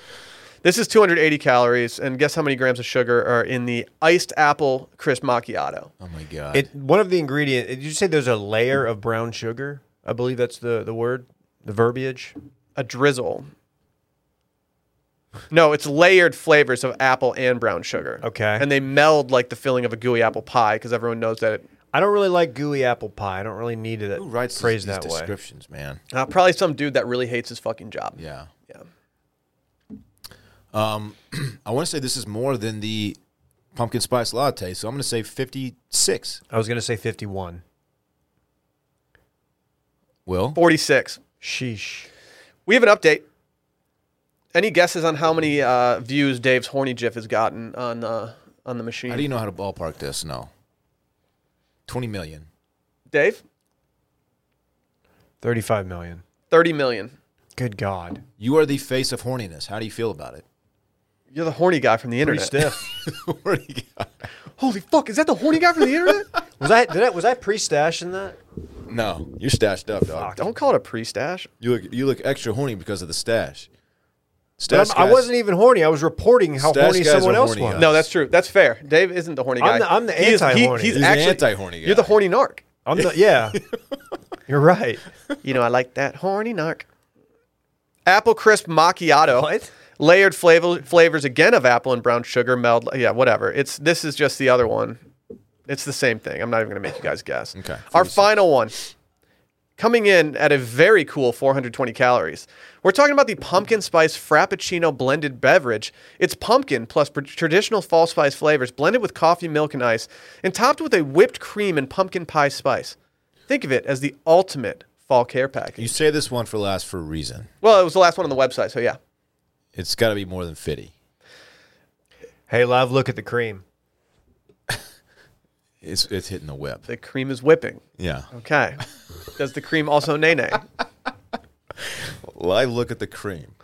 S1: This is 280 calories, and guess how many grams of sugar are in the iced apple crisp macchiato?
S3: Oh my god.
S2: It one of the ingredient. Did you say there's a layer of brown sugar? I believe that's the the word, the verbiage.
S1: A drizzle. No, it's layered flavors of apple and brown sugar.
S2: Okay.
S1: And they meld like the filling of a gooey apple pie because everyone knows that. It,
S2: I don't really like gooey apple pie. I don't really need it.
S3: Who writes
S2: praise
S3: these, these
S2: that way?
S3: descriptions, man?
S1: uh, probably some dude that really hates his fucking job.
S3: Yeah.
S1: Yeah.
S3: I want to say this is more than the pumpkin spice latte, so I'm going to say 56.
S2: I was gonna say fifty-one.
S3: Will?
S1: 46.
S2: Sheesh.
S1: We have an update. Any guesses on how many uh, views Dave's horny GIF has gotten on uh, on the machine?
S3: How do you know how to ballpark this? No. 20 million.
S1: Dave,
S2: Thirty-five million.
S1: 30 million.
S2: Good God.
S3: You are the face of horniness. How do you feel about it? <laughs>
S1: You're the horny guy from the
S2: Pretty
S1: internet.
S2: stiff.
S3: What do you got?
S1: Holy fuck, is that the horny guy from the internet?
S2: was I did I was I pre-stashing that?
S3: no, you're stashed up, dog.
S1: Don't call it a pre-stash.
S3: You look you look extra horny because of the stash. Stash.
S2: But I'm- I
S3: guys-
S2: wasn't even horny. I was reporting how
S3: Stash
S2: horny
S3: guys
S2: someone
S3: are
S2: else
S3: horny
S2: was.
S3: guys.
S1: No, that's true. That's fair. Dave isn't the horny guy.
S2: I'm the- I'm the
S1: He is- he-
S2: anti-horny.
S1: He's,
S3: He's the
S1: actually
S3: anti-horny guy.
S1: You're the horny narc.
S2: I'm the,
S3: <laughs>
S2: yeah. You're right.
S1: You know, I like that horny narc. Apple crisp macchiato.
S2: What?
S1: Layered flavor, flavors again of apple and brown sugar meld. Yeah, whatever. It's this is just the other one. It's the same thing. I'm not even gonna make you guys guess.
S3: Okay.
S1: Our final one. Coming in at a very cool 420 calories. We're talking about the pumpkin spice frappuccino blended beverage. It's pumpkin plus pr- traditional fall spice flavors blended with coffee, milk, and ice, and topped with a whipped cream and pumpkin pie spice. Think of it as the ultimate fall care package.
S3: You say this one for last for a reason.
S1: Well, it was the last one on the website, so yeah.
S3: It's got to be more than 50.
S2: Hey, love, look at the cream. <laughs>
S3: It's it's hitting the whip.
S1: The cream is whipping.
S3: Yeah.
S2: <laughs>
S1: Okay. Does the cream also nay nay?
S3: Live look at the cream.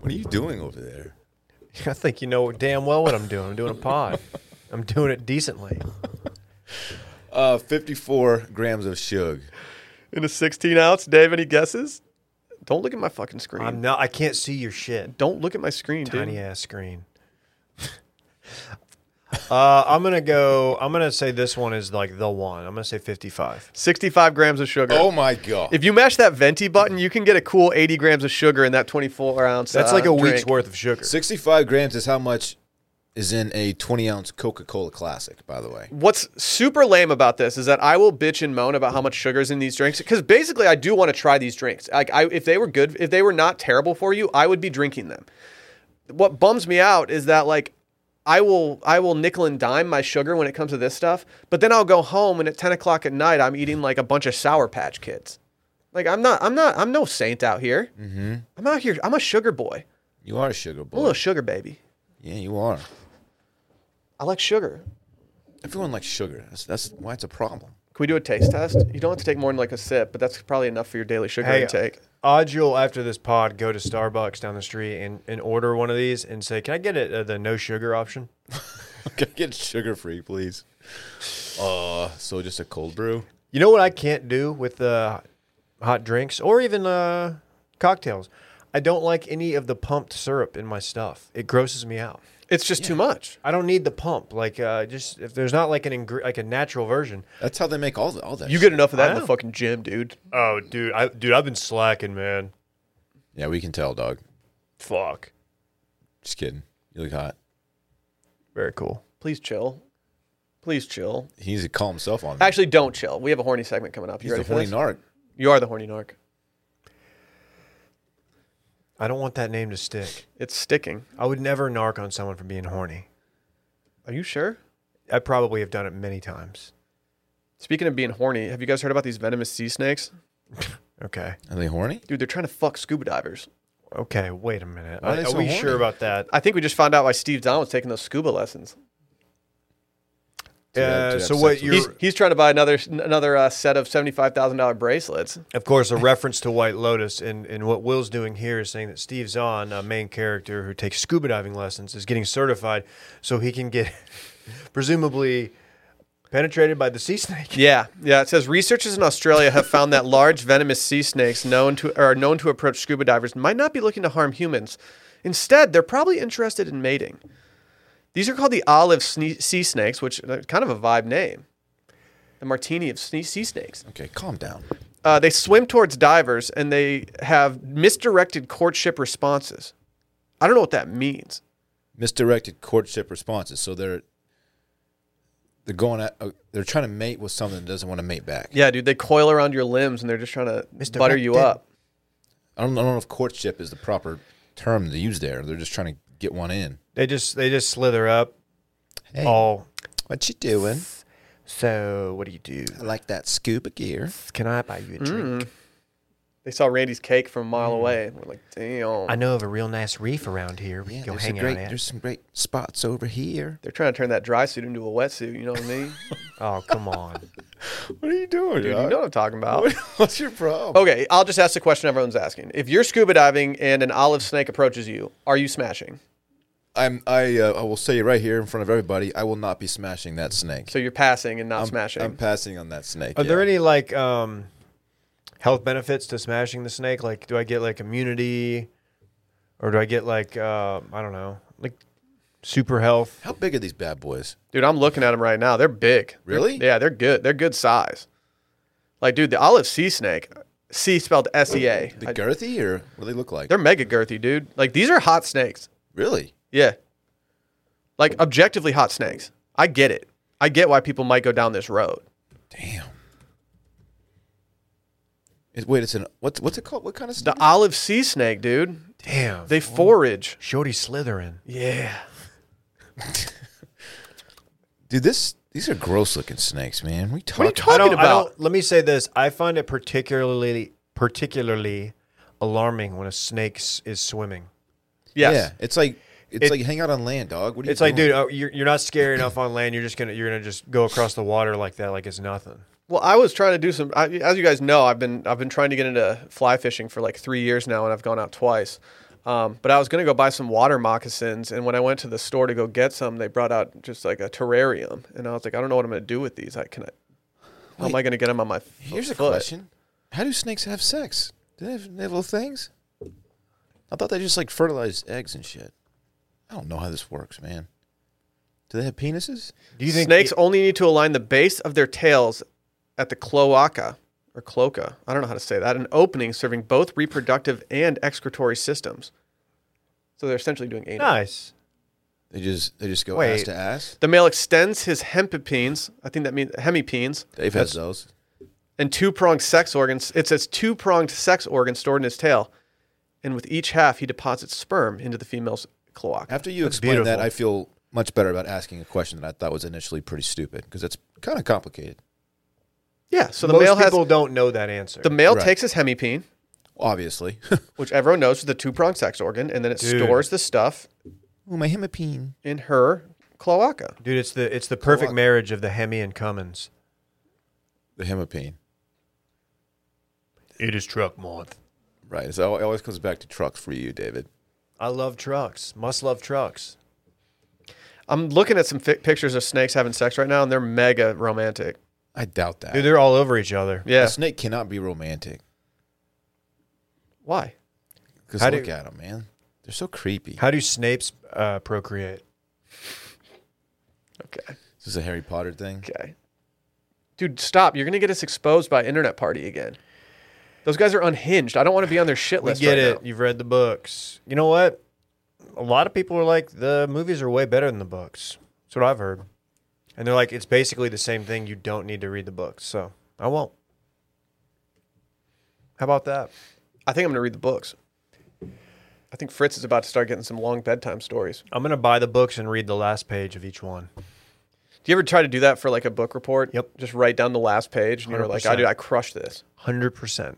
S3: What are you doing over there?
S2: I think you know damn well what I'm doing. I'm doing
S1: <laughs>
S2: a pod. I'm doing it decently.
S3: Uh, 54 grams of sugar.
S1: In a 16 ounce, Dave, any guesses? Don't look at my fucking screen.
S2: I'm not. I can't see your shit.
S1: Don't look at my screen,
S2: Tiny
S1: dude.
S2: ass screen. <laughs> uh, I'm gonna go. I'm gonna say this one is like the one. I'm gonna say 55.
S1: 65 grams of sugar.
S3: Oh my god.
S1: If you mash that venti button, you can get a cool 80 grams of sugar in that 24 ounce.
S2: That's
S1: uh,
S2: like a week's
S1: drink.
S2: worth of sugar.
S3: 65 grams is how much is in a 20 ounce Coca Cola Classic, by the way.
S1: What's super lame about this is that I will bitch and moan about how much sugar is in these drinks because basically I do want to try these drinks. Like I, if they were good, if they were not terrible for you, I would be drinking them. What bums me out is that like I will I will nickel and dime my sugar when it comes to this stuff, but then I'll go home and at ten o'clock at night I'm eating like a bunch of Sour Patch Kids. Like I'm not I'm not I'm no saint out here. Mm-hmm. I'm out here. I'm a sugar boy.
S3: You are a sugar
S1: I'm a little
S3: boy.
S1: sugar baby.
S3: Yeah, you are.
S1: I like sugar.
S3: Everyone likes sugar. That's, that's why it's a problem.
S1: Can we do a taste test? You don't have to take more than like a sip, but that's probably enough for your daily sugar
S2: Hey,
S1: intake.
S3: uh,
S2: Odd you'll after this pod go to Starbucks down the street and, and order one of these and say, "Can I get it uh, the no sugar option?"
S3: Can I get sugar free, please? Uh, so just a cold brew.
S2: You know what I can't do with uh, hot drinks or even uh, cocktails? I don't like any of the pumped syrup in my stuff. It grosses me out.
S1: It's just too much.
S2: I don't need the pump. Like uh, just if there's not like an ingre- like a natural version.
S3: That's how they make all the, all that.
S1: You
S3: shit.
S1: get enough of that in the
S2: Wow.
S1: fucking gym, dude.
S2: Oh, dude, I dude, I've been slacking, man.
S3: yeah, we can tell, dog.
S2: Fuck.
S3: Just kidding. You look hot.
S2: Very cool.
S1: Please chill. Please chill.
S3: He needs to calm himself on. That.
S1: Actually, don't chill. We have a horny segment coming up. You
S3: He's
S1: ready
S3: the
S1: for
S3: horny
S1: this?
S3: narc.
S1: You are the horny narc.
S2: I don't want that name to stick.
S1: It's sticking.
S2: I would never narc on someone for being horny.
S1: Are you sure?
S2: I probably have done it many times.
S1: Speaking of being horny, have you guys heard about these venomous sea snakes?
S2: Okay.
S3: Are they horny?
S1: Dude, they're trying to fuck scuba divers.
S2: Okay. Wait a minute.
S3: Why are
S2: Are,
S3: they
S2: are
S3: so
S2: we
S3: horny?
S2: sure about that?
S1: I think we just found out why Steve Don was taking those scuba lessons.
S3: Do they- do they
S2: Uh,
S3: have
S2: so
S3: sex
S2: what
S3: with
S2: you're?
S1: He's, he's trying to buy another another uh, set of seventy five thousand dollar bracelets.
S2: Of course, a reference to White Lotus, and, and what Will's doing here is saying that Steve Zahn, a main character who takes scuba diving lessons, is getting certified so he can get <laughs> presumably penetrated by the sea snake.
S1: Yeah, yeah. It says researchers in Australia have found that large venomous sea snakes known to or known to approach scuba divers might not be looking to harm humans. Instead, they're probably interested in mating. These are called the olive sne- sea snakes, which are kind of a vibe name. The martini of sne- sea snakes.
S3: Okay, calm down.
S1: Uh, they swim towards divers and they have misdirected courtship responses. I don't know what that means.
S3: misdirected courtship responses. So they're they're going at uh, they're trying to mate with something that doesn't want to mate back.
S1: Yeah, dude, they coil around your limbs and they're just trying to butter you
S2: Misdirected.
S1: up.
S3: I don't, I don't know if courtship is the proper term to use there. They're just trying to get one in.
S2: They just they just slither up.
S3: Hey,
S2: All
S3: what you doing?
S2: so what do you do?
S3: I like that scuba gear.
S2: Can I buy you a drink?
S1: They saw Randy's cake from a mile away and we're like, damn.
S2: Mm. I know of a real nice reef around here. We
S3: Yeah,
S2: can go
S3: there's some
S2: hang
S3: great
S2: out at.
S3: there's some great spots over here.
S1: They're trying to turn that dry suit into a wetsuit. You know what I
S3: <laughs>
S1: mean?
S2: Oh come on!
S3: What are you doing,
S1: Dude, <laughs> you know what I'm talking about.
S3: What's your problem?
S1: Okay, I'll just ask the question everyone's asking. If you're scuba diving and an olive snake approaches you, are you smashing?
S3: I'm I uh, I will say it right here in front of everybody. I will not be smashing that snake.
S1: So you're passing and not
S3: I'm,
S1: smashing.
S3: I'm passing on that snake.
S2: Are there
S3: yeah.
S2: any like um, health benefits to smashing the snake? Like, do I get like immunity, or do I get like uh, I don't know, like super health?
S3: How big are these bad boys?
S1: dude, I'm looking at them right now. They're big.
S3: Really?
S1: Yeah, they're good. They're good size. Like, dude, the olive sea snake, C spelled S E A.
S3: The girthy or what do they look like?
S1: They're mega girthy, dude. Like, these are hot snakes.
S3: Really?
S1: Yeah. Like, objectively hot snakes. I get it. I get why people might go down this road.
S3: Damn. It, wait, it's an what's what's it called? What kind of
S1: The
S3: stuff?
S1: olive sea snake, dude,
S2: Damn,
S1: they forage.
S2: Shorty slithering.
S1: Yeah.
S3: Dude, this these are gross looking snakes, man. We talking?
S1: you talking-
S2: I don't, I
S1: about-
S2: don't. Let me say this: I find it particularly particularly alarming when a snake s- is swimming.
S1: Yes.
S3: Yeah, it's like it's
S2: It-
S3: like hang out on land, dog. What are you
S2: It's like,
S3: doing?
S2: dude, oh, you're, you're not <coughs> scary enough on land. You're just gonna you're gonna just go across the water like that, like it's nothing.
S1: Well, I was trying to do some. I, as you guys know, I've been I've been trying to get into fly fishing for like three years now, and I've gone out twice. Um, but I was gonna go buy some water moccasins, and when I went to the store to go get some, they brought out just like a terrarium, and I was like, I don't know what I'm gonna do with these. I can I, how am
S3: Wait.
S1: I gonna get them on my f-
S3: Here's a
S1: foot?
S3: question: How do snakes have sex? Do they have, they have little things? I thought they just like fertilized eggs and shit. I don't know how this works, man. Do they have penises?
S2: Do you think
S1: Snakes only need to align the base of their tails at the cloaca or cloaca. I don't know how to say that. An opening serving both reproductive and excretory systems. So they're essentially doing anal.
S2: nice?
S3: They just they just go ass
S2: Wait.
S3: to ass.
S1: The male extends his hemipenes. I think that means hemipenes.
S3: They've had those.
S1: and two pronged sex organs. It says two pronged sex organ stored in his tail, and with each half he deposits sperm into the female's cloaca.
S3: After you explain that,
S2: beautiful.
S3: I feel much better about asking a question that I thought was initially pretty stupid because it's kind of complicated.
S1: Yeah, so the
S2: Most
S1: male has
S2: people don't know that answer.
S1: the male
S3: Right.
S1: takes his hemipene,
S3: Obviously. <laughs>
S1: which everyone knows is the two pronged sex organ, and then it
S2: Dude.
S1: stores the stuff
S3: Ooh, my hemipene.
S1: in her cloaca.
S2: Dude, it's the it's the perfect marriage of the Hemi and Cummins.
S3: The hemipene.
S2: It is truck month.
S3: Right. So it always comes back to trucks for you, David.
S2: I love trucks. Must love trucks.
S1: I'm looking at some fi- pictures of snakes having sex right now, and they're mega romantic.
S3: I doubt that.
S2: Dude, they're all over each other.
S1: Yeah,
S3: A snake cannot be romantic.
S1: why?
S3: Because
S2: How
S3: look
S2: do-
S3: at 'em, at them, man. They're so creepy.
S2: How do snakes uh, procreate?
S1: Okay,
S3: Is this a Harry Potter thing?
S1: okay, dude, stop! You're gonna get us exposed by internet party again. Those guys are unhinged. I don't want to be on their shit
S2: We
S1: list.
S2: get
S1: right
S2: it.
S1: now.
S2: You've read the books. You know what? A lot of people are like the movies are way better than the books. That's what I've heard. And they're like it's basically the same thing. You don't need to read the books. So I won't. How about that?
S1: I think I'm going to read the books. I think Fritz is about to start getting some long bedtime stories.
S2: I'm gonna buy the books and read the last page of each one.
S1: Do you ever try to do that for like a book report?
S2: Yep.
S1: Just write down the last page and you're like, I
S2: 100%.
S1: do, I crushed this.
S2: Hundred percent.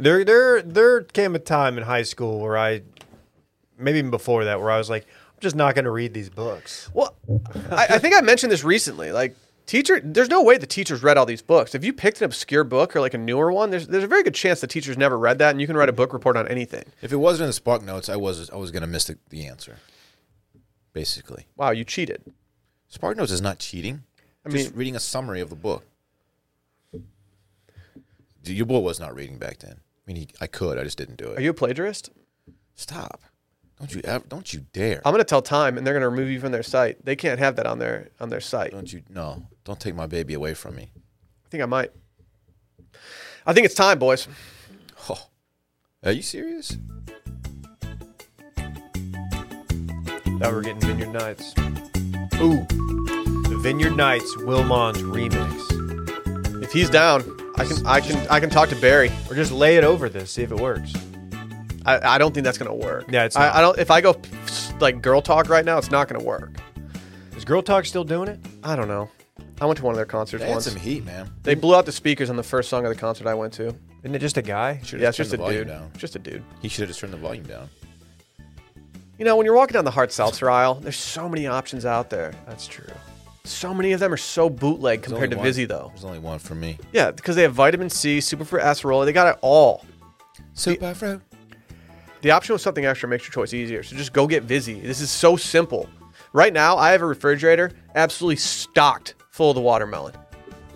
S2: There, there, there came a time in high school where I, maybe even before that, where I was like, I'm just not going to read these books.
S1: Well, I, I think I mentioned this recently. Like, teacher, there's no way the teachers read all these books. If you picked an obscure book or like a newer one, there's, there's a very good chance the teachers never read that and you can write a book report on anything.
S3: If it wasn't in the Spark Notes, I was I was gonna miss the, the answer. Basically,
S1: Wow, you cheated.
S3: Spark Notes is not cheating.
S1: I
S3: just
S1: mean-
S3: reading a summary of the book. Dude, your boy was not reading back then. I mean, he, I could, I just didn't do it.
S1: Are you a plagiarist?
S3: Stop! Don't you ever? Don't you dare!
S1: I'm going to tell Time and they're going to remove you from their site. They can't have that on their on their site.
S3: Don't you? No! Don't take my baby away from me. <laughs>
S1: I think I might. I think it's time,
S3: Oh.
S1: boys.
S3: Are you serious?
S2: Now we're getting Vineyard Nights. Ooh, the Vineyard Nights Will Mons remix.
S1: If he's down, I can I can I can talk to Barry.
S2: Or just lay it over this, see if it works.
S1: I, I don't think that's gonna work.
S2: Yeah, it's not.
S1: I, I don't. If I go like girl talk right now, it's not gonna work.
S2: Is Girl Talk still doing it?
S1: I don't know. I went to one of their concerts
S3: They had
S1: once.
S3: some heat, man.
S1: They blew out the speakers on the first song of the concert I went to.
S2: Isn't it just a guy?
S3: Should've
S1: yeah, it's
S3: turned
S1: just
S3: the
S1: a
S3: volume
S1: dude.
S3: down.
S1: Just a dude.
S3: He should have just turned the volume down.
S1: You know, when you're walking down the hard seltzer aisle, there's so many options out there.
S2: That's true.
S1: So many of them are so bootleg
S3: There's
S1: compared
S3: only
S1: to
S3: one-
S1: Vizzy, though.
S3: There's only one for me.
S1: Yeah, because they have vitamin C, superfruit acerola. They got it all.
S3: Super fruit.
S1: The option with something extra makes your choice easier. So just go get Vizzy. This is so simple. Right now, I have a refrigerator absolutely stocked full of the watermelon.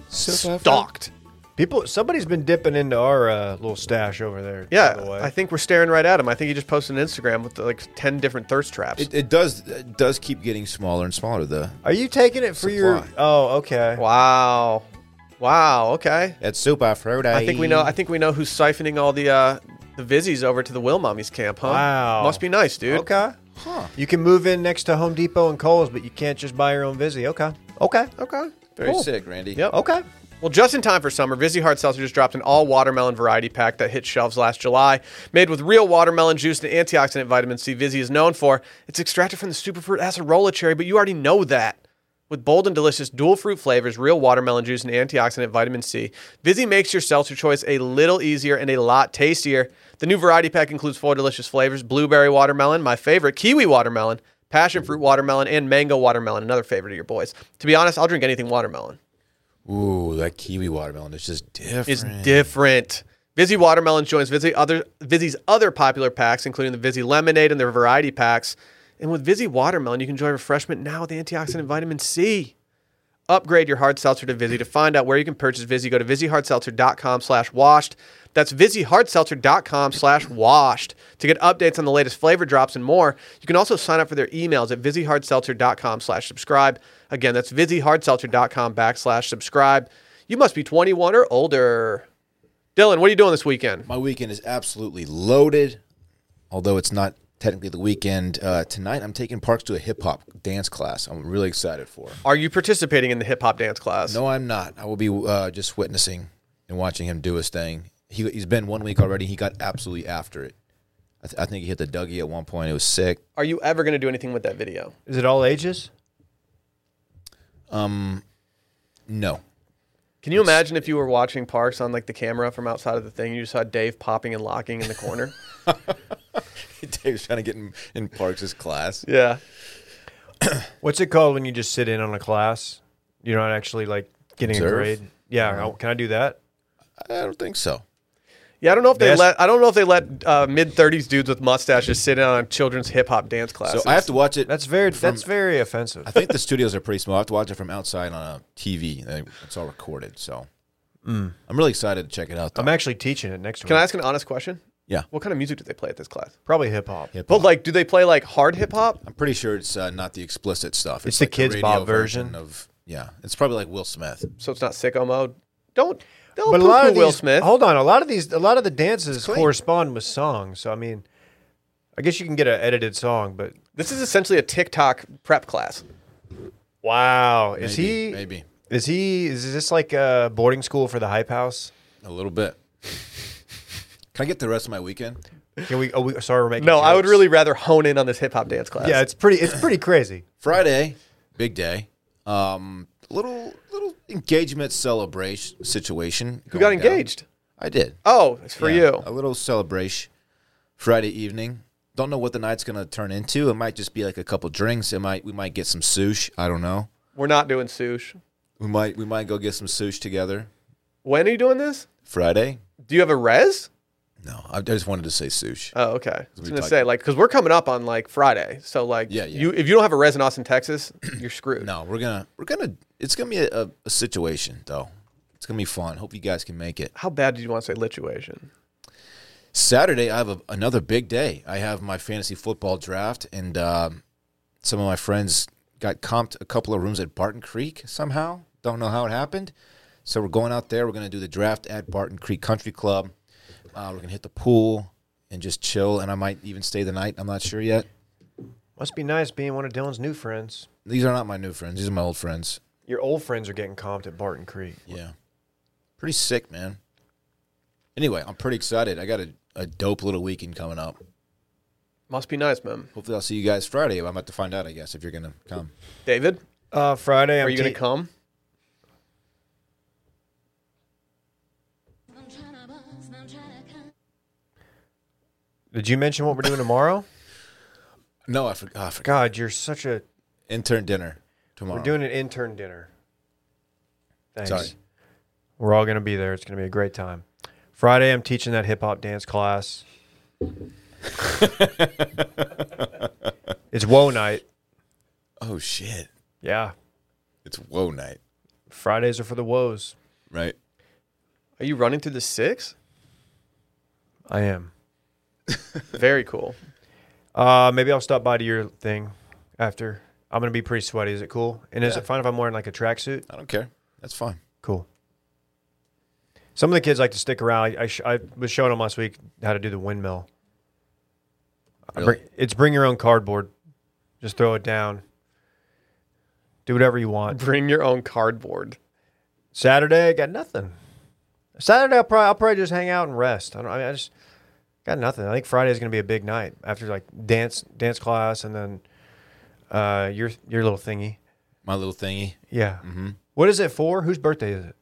S1: Stocked.
S2: People, somebody's been dipping into our uh, little stash over there.
S1: Yeah,
S2: by the way.
S1: I think we're staring right at him. I think he just posted an Instagram with like 10 different thirst traps.
S3: It, it does it does keep getting smaller and smaller though.
S2: Are you taking it for your?
S3: Supply.
S2: Oh, okay.
S1: wow. Wow. Okay.
S3: That's super fruit.
S1: I think we know. I think we know who's siphoning all the uh, the Vizzies over to the Will Mommies camp, huh?
S2: Wow.
S1: must be nice, dude.
S2: Okay.
S3: Huh.
S2: You can move in next to Home Depot and Kohl's, but you can't just buy your own Vizzy. Okay. Okay.
S1: okay,
S3: Very
S1: cool.
S3: sick, Randy.
S1: Yep.
S2: Okay.
S1: Well, just in time for summer, Vizzy Hard Seltzer just dropped an all watermelon variety pack that hit shelves last July. Made with real watermelon juice and antioxidant vitamin C, Vizzy is known for. It's extracted from the superfruit acerola cherry, but you already know that. With bold and delicious dual fruit flavors, real watermelon juice, and antioxidant vitamin C, Vizzy makes your seltzer choice a little easier and a lot tastier. The new variety pack includes four delicious flavors blueberry watermelon, my favorite, kiwi watermelon, passion fruit watermelon, and mango watermelon, another favorite of your boys. To be honest, I'll drink anything watermelon
S3: Ooh, that kiwi watermelon is just different.
S1: is different. Vizzy Watermelon joins Vizzy other Vizzy's other popular packs, including the Vizzy Lemonade and their variety packs. And with Vizzy Watermelon, you can enjoy refreshment now with antioxidant and vitamin C. Upgrade your hard seltzer to Vizzy. To find out where you can purchase Vizzy, go to VizzyHardSeltzer.com slash washed. That's VizzyHardSeltzer.com slash washed to get updates on the latest flavor drops and more. You can also sign up for their emails at VizzyHardSeltzer.com slash subscribe. Again, that's VizzyHardSeltzer.com backslash subscribe. You must be 21 or older. Dylan, what are you doing this weekend?
S3: My weekend is absolutely loaded, although it's not technically the weekend. Uh, tonight, I'm taking Parks to a hip hop dance class. I'm really excited for.
S1: Are you participating in the hip hop dance class?
S3: No, I'm not. I will be uh, just witnessing and watching him do his thing. He, he's been one week already. He got absolutely after it. I, th- I think he hit the Dougie at one point. It was sick.
S1: Are you ever going to do anything with that video?
S2: Is it all ages?
S3: No.
S1: Can you imagine if you were watching Parks on like the camera from outside of the thing and you saw Dave popping and locking in the corner?
S3: <laughs> Dave's trying to get in, in Parks' class.
S1: yeah.
S2: What's it called when you just sit in on a class? You're not actually like getting
S3: Observe?
S2: a grade. Yeah. how- Can I do that?
S3: I don't think so.
S1: Yeah, I don't know if they
S2: That's-
S1: let I don't know if they let uh, mid thirties dudes with mustaches sit in on children's hip hop dance
S3: So
S1: classes.
S3: I have to watch it.
S2: That's very. that's very offensive.
S3: I think the studios are pretty small. I have to watch it from outside on a TV. They- It's all recorded, so I'm really excited to check it out. Though.
S2: Hmm. I'm actually teaching it next week.
S1: Can I ask an honest question?
S3: yeah,
S1: What kind of music do they play at this class?
S2: Probably hip hop.
S3: hip
S1: But
S3: hop.
S1: like, do they play like hard hip hop?
S3: I'm pretty sure it's uh, not the explicit stuff.
S2: the
S3: like
S2: kids'
S3: radio
S2: Bob version.
S3: of yeah. It's probably like Will Smith.
S1: So it's not sicko mode. Don't don't
S2: But a lot of
S1: poo-poo Will
S2: these-
S1: Smith.
S2: Hold on, a lot of these, a lot of the dances
S3: clean.
S2: correspond with songs. So I mean, I guess you can get an edited song, but
S1: This is essentially a TikTok prep class.
S2: wow,
S3: Maybe,
S2: is he?
S3: maybe
S2: Is he? Is this like a boarding school for the hype house?
S3: a little bit? Can I get the rest of my weekend?
S2: Can we? Oh, we sorry, we're making.
S1: No, I would
S2: jokes.
S1: really rather hone in on this hip hop dance class.
S2: Yeah, it's pretty. It's pretty crazy.
S3: Friday, big day. Um, little little engagement celebration situation.
S1: who got engaged?
S3: I did.
S1: Oh, it's for
S3: Yeah,
S1: you.
S3: A little celebration Friday evening. Don't know what the night's gonna turn into. It might just be like a couple drinks. It might we might get some sush. I don't know.
S1: We're not doing sush.
S3: We might we might go get some sush together
S1: When are you doing this?
S3: Friday.
S1: Do you have a res?
S3: No, I I just wanted to say sush.
S1: Oh, okay. I was
S3: we
S1: gonna
S3: talked
S1: say like because we're coming up on like Friday, so like
S3: Yeah, yeah.
S1: you if you don't have a res in Austin,
S3: <clears throat>
S1: Texas, you're screwed.
S3: No, we're gonna we're gonna. It's gonna be a, a, a situation though. It's gonna be fun. Hope you guys can make it.
S1: How bad do you want to say lituation?
S3: Saturday, I have a, another big day. I have my fantasy football draft, and um, some of my friends got comped a couple of rooms at Barton Creek somehow. Don't know how it happened. So we're going out there. We're going to do the draft at Barton Creek Country Club. Uh, we're going to hit the pool and just chill. And I might even stay the night. I'm not sure yet.
S2: Must be nice being one of Dylan's new friends.
S3: These are not my new friends. These are my old friends.
S2: Your old friends are getting comped at Barton Creek.
S3: Yeah. Pretty sick, man. Anyway, I'm pretty excited. I got a, a dope little weekend coming up.
S1: Must be nice, man.
S3: Hopefully, I'll see you guys Friday. I'm about to find out, I guess, if you're going to come.
S1: David,
S2: Uh, Friday, I'm
S1: are you going
S2: te-
S1: to come?
S4: I'm tryna buzz, I'm tryna come.
S2: Did you mention what we're doing tomorrow?
S3: No, I, for- oh, I forgot.
S2: <laughs> God, you're such a.
S3: Intern dinner tomorrow.
S2: We're doing an intern dinner. Thanks.
S3: Sorry.
S2: We're all going to be there. It's going to be a great time. Friday, I'm teaching that hip hop
S1: <laughs>
S2: dance class. it's woe night.
S3: Oh, shit.
S2: Yeah.
S3: It's woe night,
S2: Fridays are for the woes.
S3: right?
S1: Are you running through the six?
S2: I am.
S1: Very cool.
S2: Uh, maybe I'll stop by to your thing after. I'm going to be pretty sweaty. Is it cool? And is
S3: Yeah.
S2: it fine if I'm wearing like a tracksuit?
S3: I don't care. That's fine.
S2: Cool. Some of the kids like to stick around. I, I, sh- I was showing them last week how to do the windmill. I
S3: Really?
S2: bring- it's bring your own cardboard. Just throw it down. Do whatever you want.
S1: Bring your own cardboard.
S2: Saturday, I got nothing. Saturday, I'll probably, I'll probably just hang out and rest. I don't. I, mean, I just got nothing. I think Friday is going to be a big night after like dance dance class and then uh, your your little thingy.
S3: My little thingy.
S2: Yeah. What is it for? Whose birthday is it?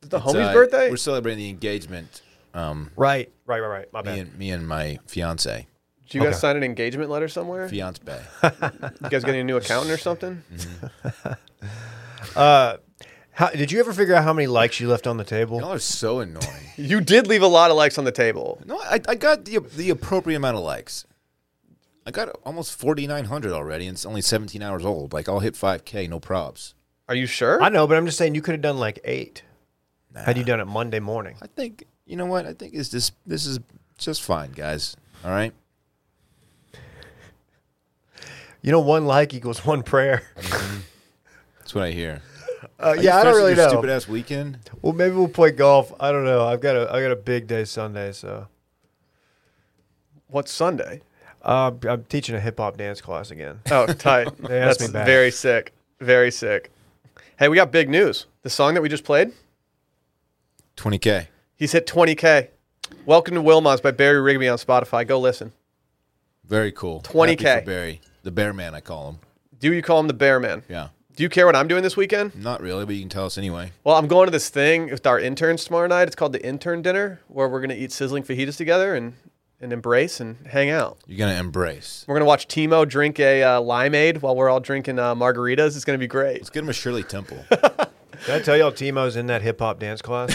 S1: Is it the
S3: It's,
S1: homie's
S3: uh,
S1: birthday?
S3: We're celebrating the engagement. Um,
S2: Right. Right. Right. Right. My bad.
S3: me and me and my fiance,
S1: Do you guys
S2: okay.
S1: sign an engagement letter somewhere? You
S3: fiance.
S2: <laughs>
S1: guys getting a new
S3: <laughs>
S1: accountant or something?
S3: Mm.
S2: How, did you ever figure out how many likes you left on the table?
S3: Y'all are so annoying.
S1: You did leave a lot of likes on the table.
S3: No, I, I got the the appropriate amount of likes. I got almost forty nine hundred already, and it's only seventeen hours old. Like I'll hit five k, no probs.
S1: Are you sure?
S2: I know, but I'm just saying you could have done like eight. Had you done it Monday morning?
S3: I think you know what I think is this this is just fine, guys. All right,
S2: You know, one like equals one prayer.
S3: that's what I hear.
S2: Uh,
S3: Are you
S2: yeah, <laughs> I don't
S3: finished
S2: really
S3: your
S2: know.
S3: Stupid ass weekend.
S2: Well, maybe we'll play golf. I don't know. I've got a I got a big day Sunday, so
S1: What's Sunday?
S2: uh, I'm teaching a hip hop dance class again. <laughs>
S1: Oh, tight.
S2: They asked
S1: That's
S2: me back.
S1: very sick. Very sick. Hey, we got big news. The song that we just played,
S3: Twenty k.
S1: he's hit 20K. Welcome to Wilmots by Barry Rigby on Spotify. Go listen.
S3: Very cool.
S1: 20K.
S3: Happy for Barry, the Bear Man, I call him.
S1: Do you call him the Bear Man?
S3: Yeah,
S1: Do you care what I'm doing this weekend?
S3: not really, but you can tell us anyway.
S1: Well, I'm going to this thing with our interns tomorrow night. It's called the Intern Dinner, where we're going to eat sizzling fajitas together and, and embrace and hang out.
S3: You're gonna embrace.
S1: We're going to watch Timo drink a uh, limeade while we're all drinking uh, margaritas. It's going to be great.
S3: Let's get him a Shirley
S1: <laughs>
S3: Temple.
S2: Did I tell y'all Timo's in that hip hop dance <laughs> class?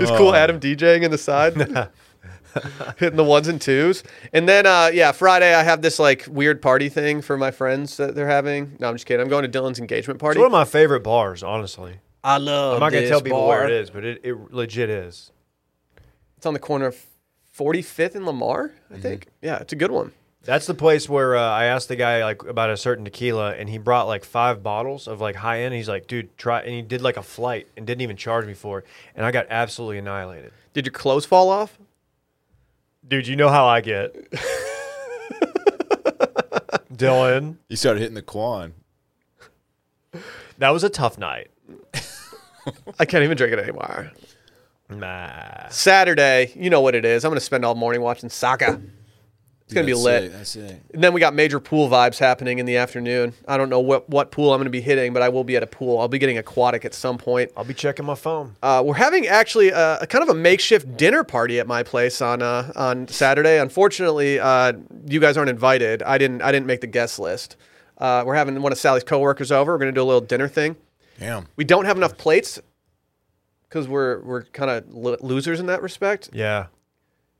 S1: It's cool Oh. Adam DJing in the side, <laughs> hitting the ones and twos. And then, uh, yeah, Friday I have this like weird party thing for my friends that they're having. No, I'm just kidding. I'm going to Dylan's engagement
S2: It's
S1: party.
S2: one of my favorite bars, honestly.
S1: I love.
S2: I'm not gonna
S1: this
S2: tell people where
S1: bar.
S2: it is, but it, it legit is.
S1: It's on the corner of 45th and Lamar, I
S2: Mm-hmm.
S1: think. Yeah, it's a good one.
S2: That's the place where uh, I asked the guy like about a certain tequila, and he brought like five bottles of like high end. He's like, "Dude, try," and he did like a flight and didn't even charge me for it, and I got absolutely annihilated.
S1: Did your clothes fall off?
S2: Dude, you know how I get, <laughs> Dylan.
S3: he started hitting the Quan.
S2: That was a tough night.
S1: I can't even drink it anymore.
S2: Nah.
S1: Saturday, you know what it is. I'm going to spend all morning watching soccer. It's going to be lit.
S3: That's it.
S1: And then we got major pool vibes happening in the afternoon. I don't know what, what pool I'm going to be hitting, but I will be at a pool. I'll be getting aquatic at some point.
S2: I'll be checking my phone.
S1: Uh, we're having actually a, a kind of a makeshift dinner party at my place on uh, on Saturday. Unfortunately, uh, you guys aren't invited. I didn't I didn't make the guest list. Uh, we're having one of Sally's coworkers over. We're going to do a little dinner thing.
S3: Damn.
S1: We don't have enough plates because we're we're kind of lo- losers in that respect.
S2: Yeah.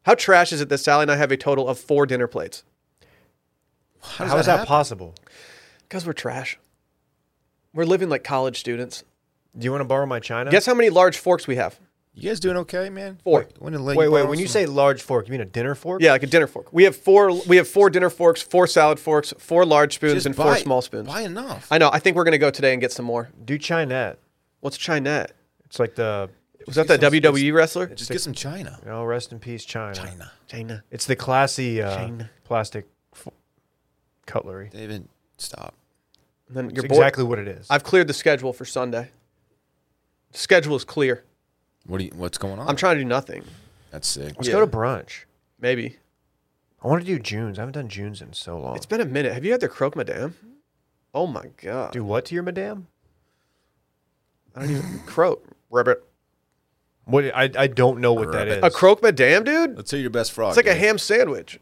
S1: How trash is it that Sally and I have a total of four dinner plates?
S2: How
S3: How does
S2: is that
S3: happen?
S2: possible?
S1: Because we're trash. We're living like college students.
S2: Do you want to borrow my china?
S1: Guess how many large forks we have?
S3: You guys doing okay, man?
S1: Four.
S3: When did Lady
S2: Wait, wait.
S3: borrow
S2: When you
S3: some-
S2: say large fork, you mean a dinner fork?
S1: Yeah, like a dinner fork. We have four. We have four dinner forks, four salad forks, four large spoons,
S3: Just
S1: and
S3: buy-
S1: four small spoons.
S3: Buy enough.
S1: I know. I think we're gonna go today and get some more.
S2: Do chinette.
S1: What's Chinette?
S2: It's like the
S1: Was that that WWE E wrestler?
S3: Just get some China.
S2: You know, rest in peace, China.
S3: China.
S1: China.
S2: It's the classy uh,
S1: China.
S2: plastic f- cutlery.
S3: David, stop.
S1: And then
S2: It's
S1: your boy.
S2: exactly what it is.
S1: I've cleared the schedule for Sunday. Schedule is clear.
S3: What do you, what's going on?
S1: I'm trying to do nothing.
S3: That's sick.
S2: Let's
S1: yeah.
S2: go to brunch.
S1: Maybe
S2: I want to do June's. I haven't done June's in so long.
S1: it's been a minute. Have you had their croque madame? Oh my god!
S2: do what to your madame?
S1: I don't even croque rabbit.
S2: What I, I don't know what
S3: Rabbit.
S2: that
S1: A
S2: is.
S1: croque madame, dude.
S3: Let's hear your best frog.
S1: It's like a
S3: dude.
S1: ham sandwich,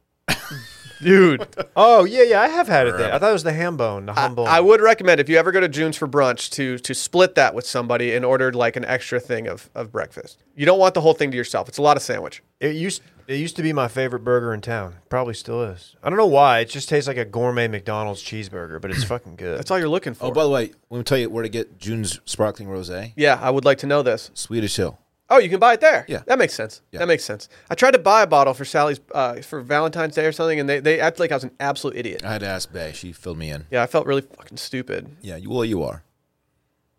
S1: <laughs> dude.
S2: oh yeah, yeah. I have had it there. I thought it was the ham bone, the
S1: I,
S2: humble.
S1: I would recommend if you ever go to June's for brunch to to split that with somebody and order like an extra thing of, of breakfast. You don't want the whole thing to yourself. It's a lot of sandwich.
S2: It used it used to be my favorite burger in town. Probably still is. I don't know why. It just tastes like a gourmet McDonald's cheeseburger, but it's fucking good.
S1: That's all you're looking for.
S3: Oh, by the way, let me tell you where to get June's sparkling rosé.
S1: yeah, I would like to know this.
S3: Swedish Hill.
S1: Oh, you can buy it there.
S3: Yeah.
S1: that makes sense.
S3: Yeah.
S1: That makes sense. I tried to buy a bottle for Sally's uh, for Valentine's Day or something, and they they acted like I was an absolute idiot.
S3: I had to ask Bay. She filled me in.
S1: Yeah, I felt really fucking stupid.
S3: Yeah, you, well, you are.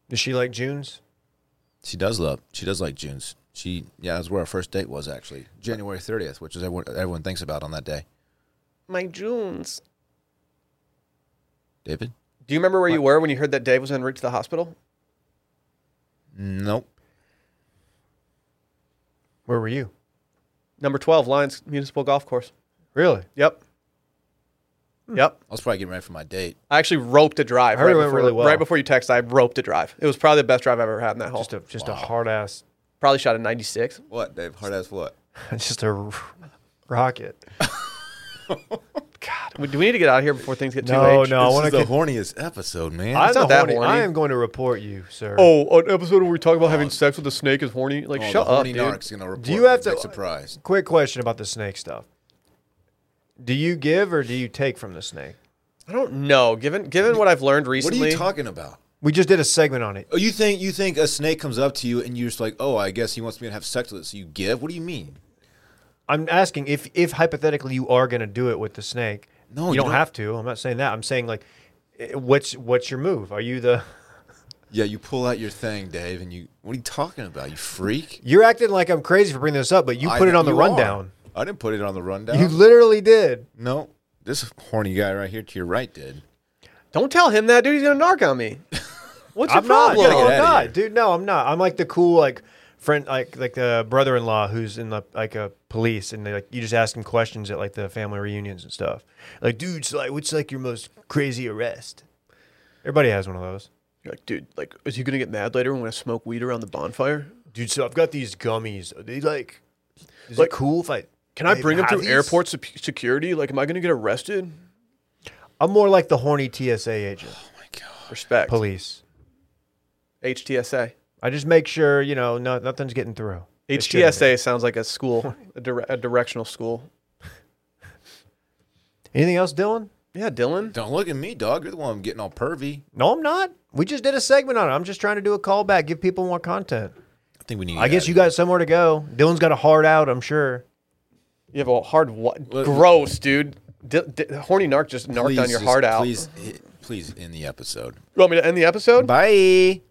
S2: Does she like June's?
S3: She does love. She does like June's. She yeah, that's where our first date was actually January thirtieth, which is everyone everyone thinks about on that day.
S1: My Junes.
S3: David?
S1: Do you remember where you were when you heard that Dave was en route to the hospital?
S3: Nope.
S2: Where were you?
S1: Number twelve, Lions Municipal Golf Course.
S2: Really?
S1: Yep. Yep.
S3: I was probably getting ready for my date.
S1: I actually roped a drive
S2: I heard
S1: right
S2: it went
S1: before,
S2: really well.
S1: right before you text. I roped a drive. It was probably the best drive I've ever had in that hole.
S2: Just a just a hard ass,
S1: probably shot a 96.
S3: What, Dave? Hard as what?
S2: <laughs> just a r- rocket.
S1: We- Do we need to get out of here before things get too
S2: No,
S1: H?
S2: no, I
S3: this
S2: want
S3: is
S2: to.
S3: the
S2: Con-
S3: horniest episode, man.
S1: not
S2: I'm the
S1: that
S2: horny. I
S1: horny.
S2: am going to report you, sir.
S1: Oh, an episode where we talk about having sex with a snake is horny. Like,
S3: Oh,
S1: shut
S3: the
S1: up,
S3: horny
S1: dude.
S3: narc's gonna report
S2: Do you
S3: me.
S2: have to-
S3: Big surprise?
S2: Quick question about the snake stuff. Do you give or do you take from the snake?
S1: I don't know. Given given what I've learned
S3: What are
S1: recently,
S3: you talking about?
S2: We just did a segment on it.
S3: Oh, you think you think a snake comes up to you and you're just like, oh, I guess he wants me to have sex with it, so you give? What do you mean?
S2: I'm asking if, if hypothetically you are going to do it with the snake.
S3: No,
S2: you,
S3: you
S2: don't,
S3: don't-
S2: have to. I'm not saying that. I'm saying like, eh, what's what's your move? Are you the <laughs>
S3: Yeah, you pull out your thing, Dave, and you. What are you talking about? You freak!
S2: You're acting like I'm crazy for bringing this up, but you
S3: I
S2: put it
S3: think
S2: on the
S3: you are.
S2: rundown.
S3: I didn't put it on the rundown.
S2: You literally did.
S3: no, this horny guy right here to your right did.
S1: don't tell him that, dude. He's gonna narc on me. What's your
S2: I'm not.
S1: problem?
S2: No,
S3: gotta get
S2: I'm
S3: outta
S2: not,
S3: here.
S2: dude. No, I'm not. I'm like the cool like friend, like like the brother-in-law who's in the like a police, and they, like you just ask him questions at like the family reunions and stuff. Like, dude, so, like what's like your most crazy arrest? Everybody has one of those.
S1: You're like, dude, like, is he gonna get mad later when I smoke weed around the bonfire?
S2: Dude, so I've got these gummies. Are they like, is
S1: Like,
S2: it cool if I
S1: Can I bring him
S2: have
S1: through
S2: these?
S1: airport sep- security? Like, am I gonna get arrested?
S2: I'm more like the horny TSA agent,
S3: Oh
S1: Respect.
S2: police.
S1: HTSA.
S2: I just make sure you know no, nothing's getting through. It shouldn't be.
S1: HTSA sounds like a school, a, dire- a directional school.
S2: Anything else, Dylan?
S1: Yeah, Dylan.
S3: Don't look at me, dog. You're the one getting all pervy.
S2: No, I'm not. We just did a segment on it. I'm just trying to do a callback, give people more content.
S3: I think we need. to
S2: I
S3: get
S2: guess
S3: outta
S2: you got somewhere to go. Dylan's got a hard out, I'm sure.
S1: You have a hard what?
S3: Let-
S1: Gross, dude. D- d- horny narc just
S3: here.
S1: narked on
S3: Please
S1: your
S3: just-
S1: heart out.
S3: Please, eh, please end the episode.
S1: You want me to end the episode?
S3: Bye.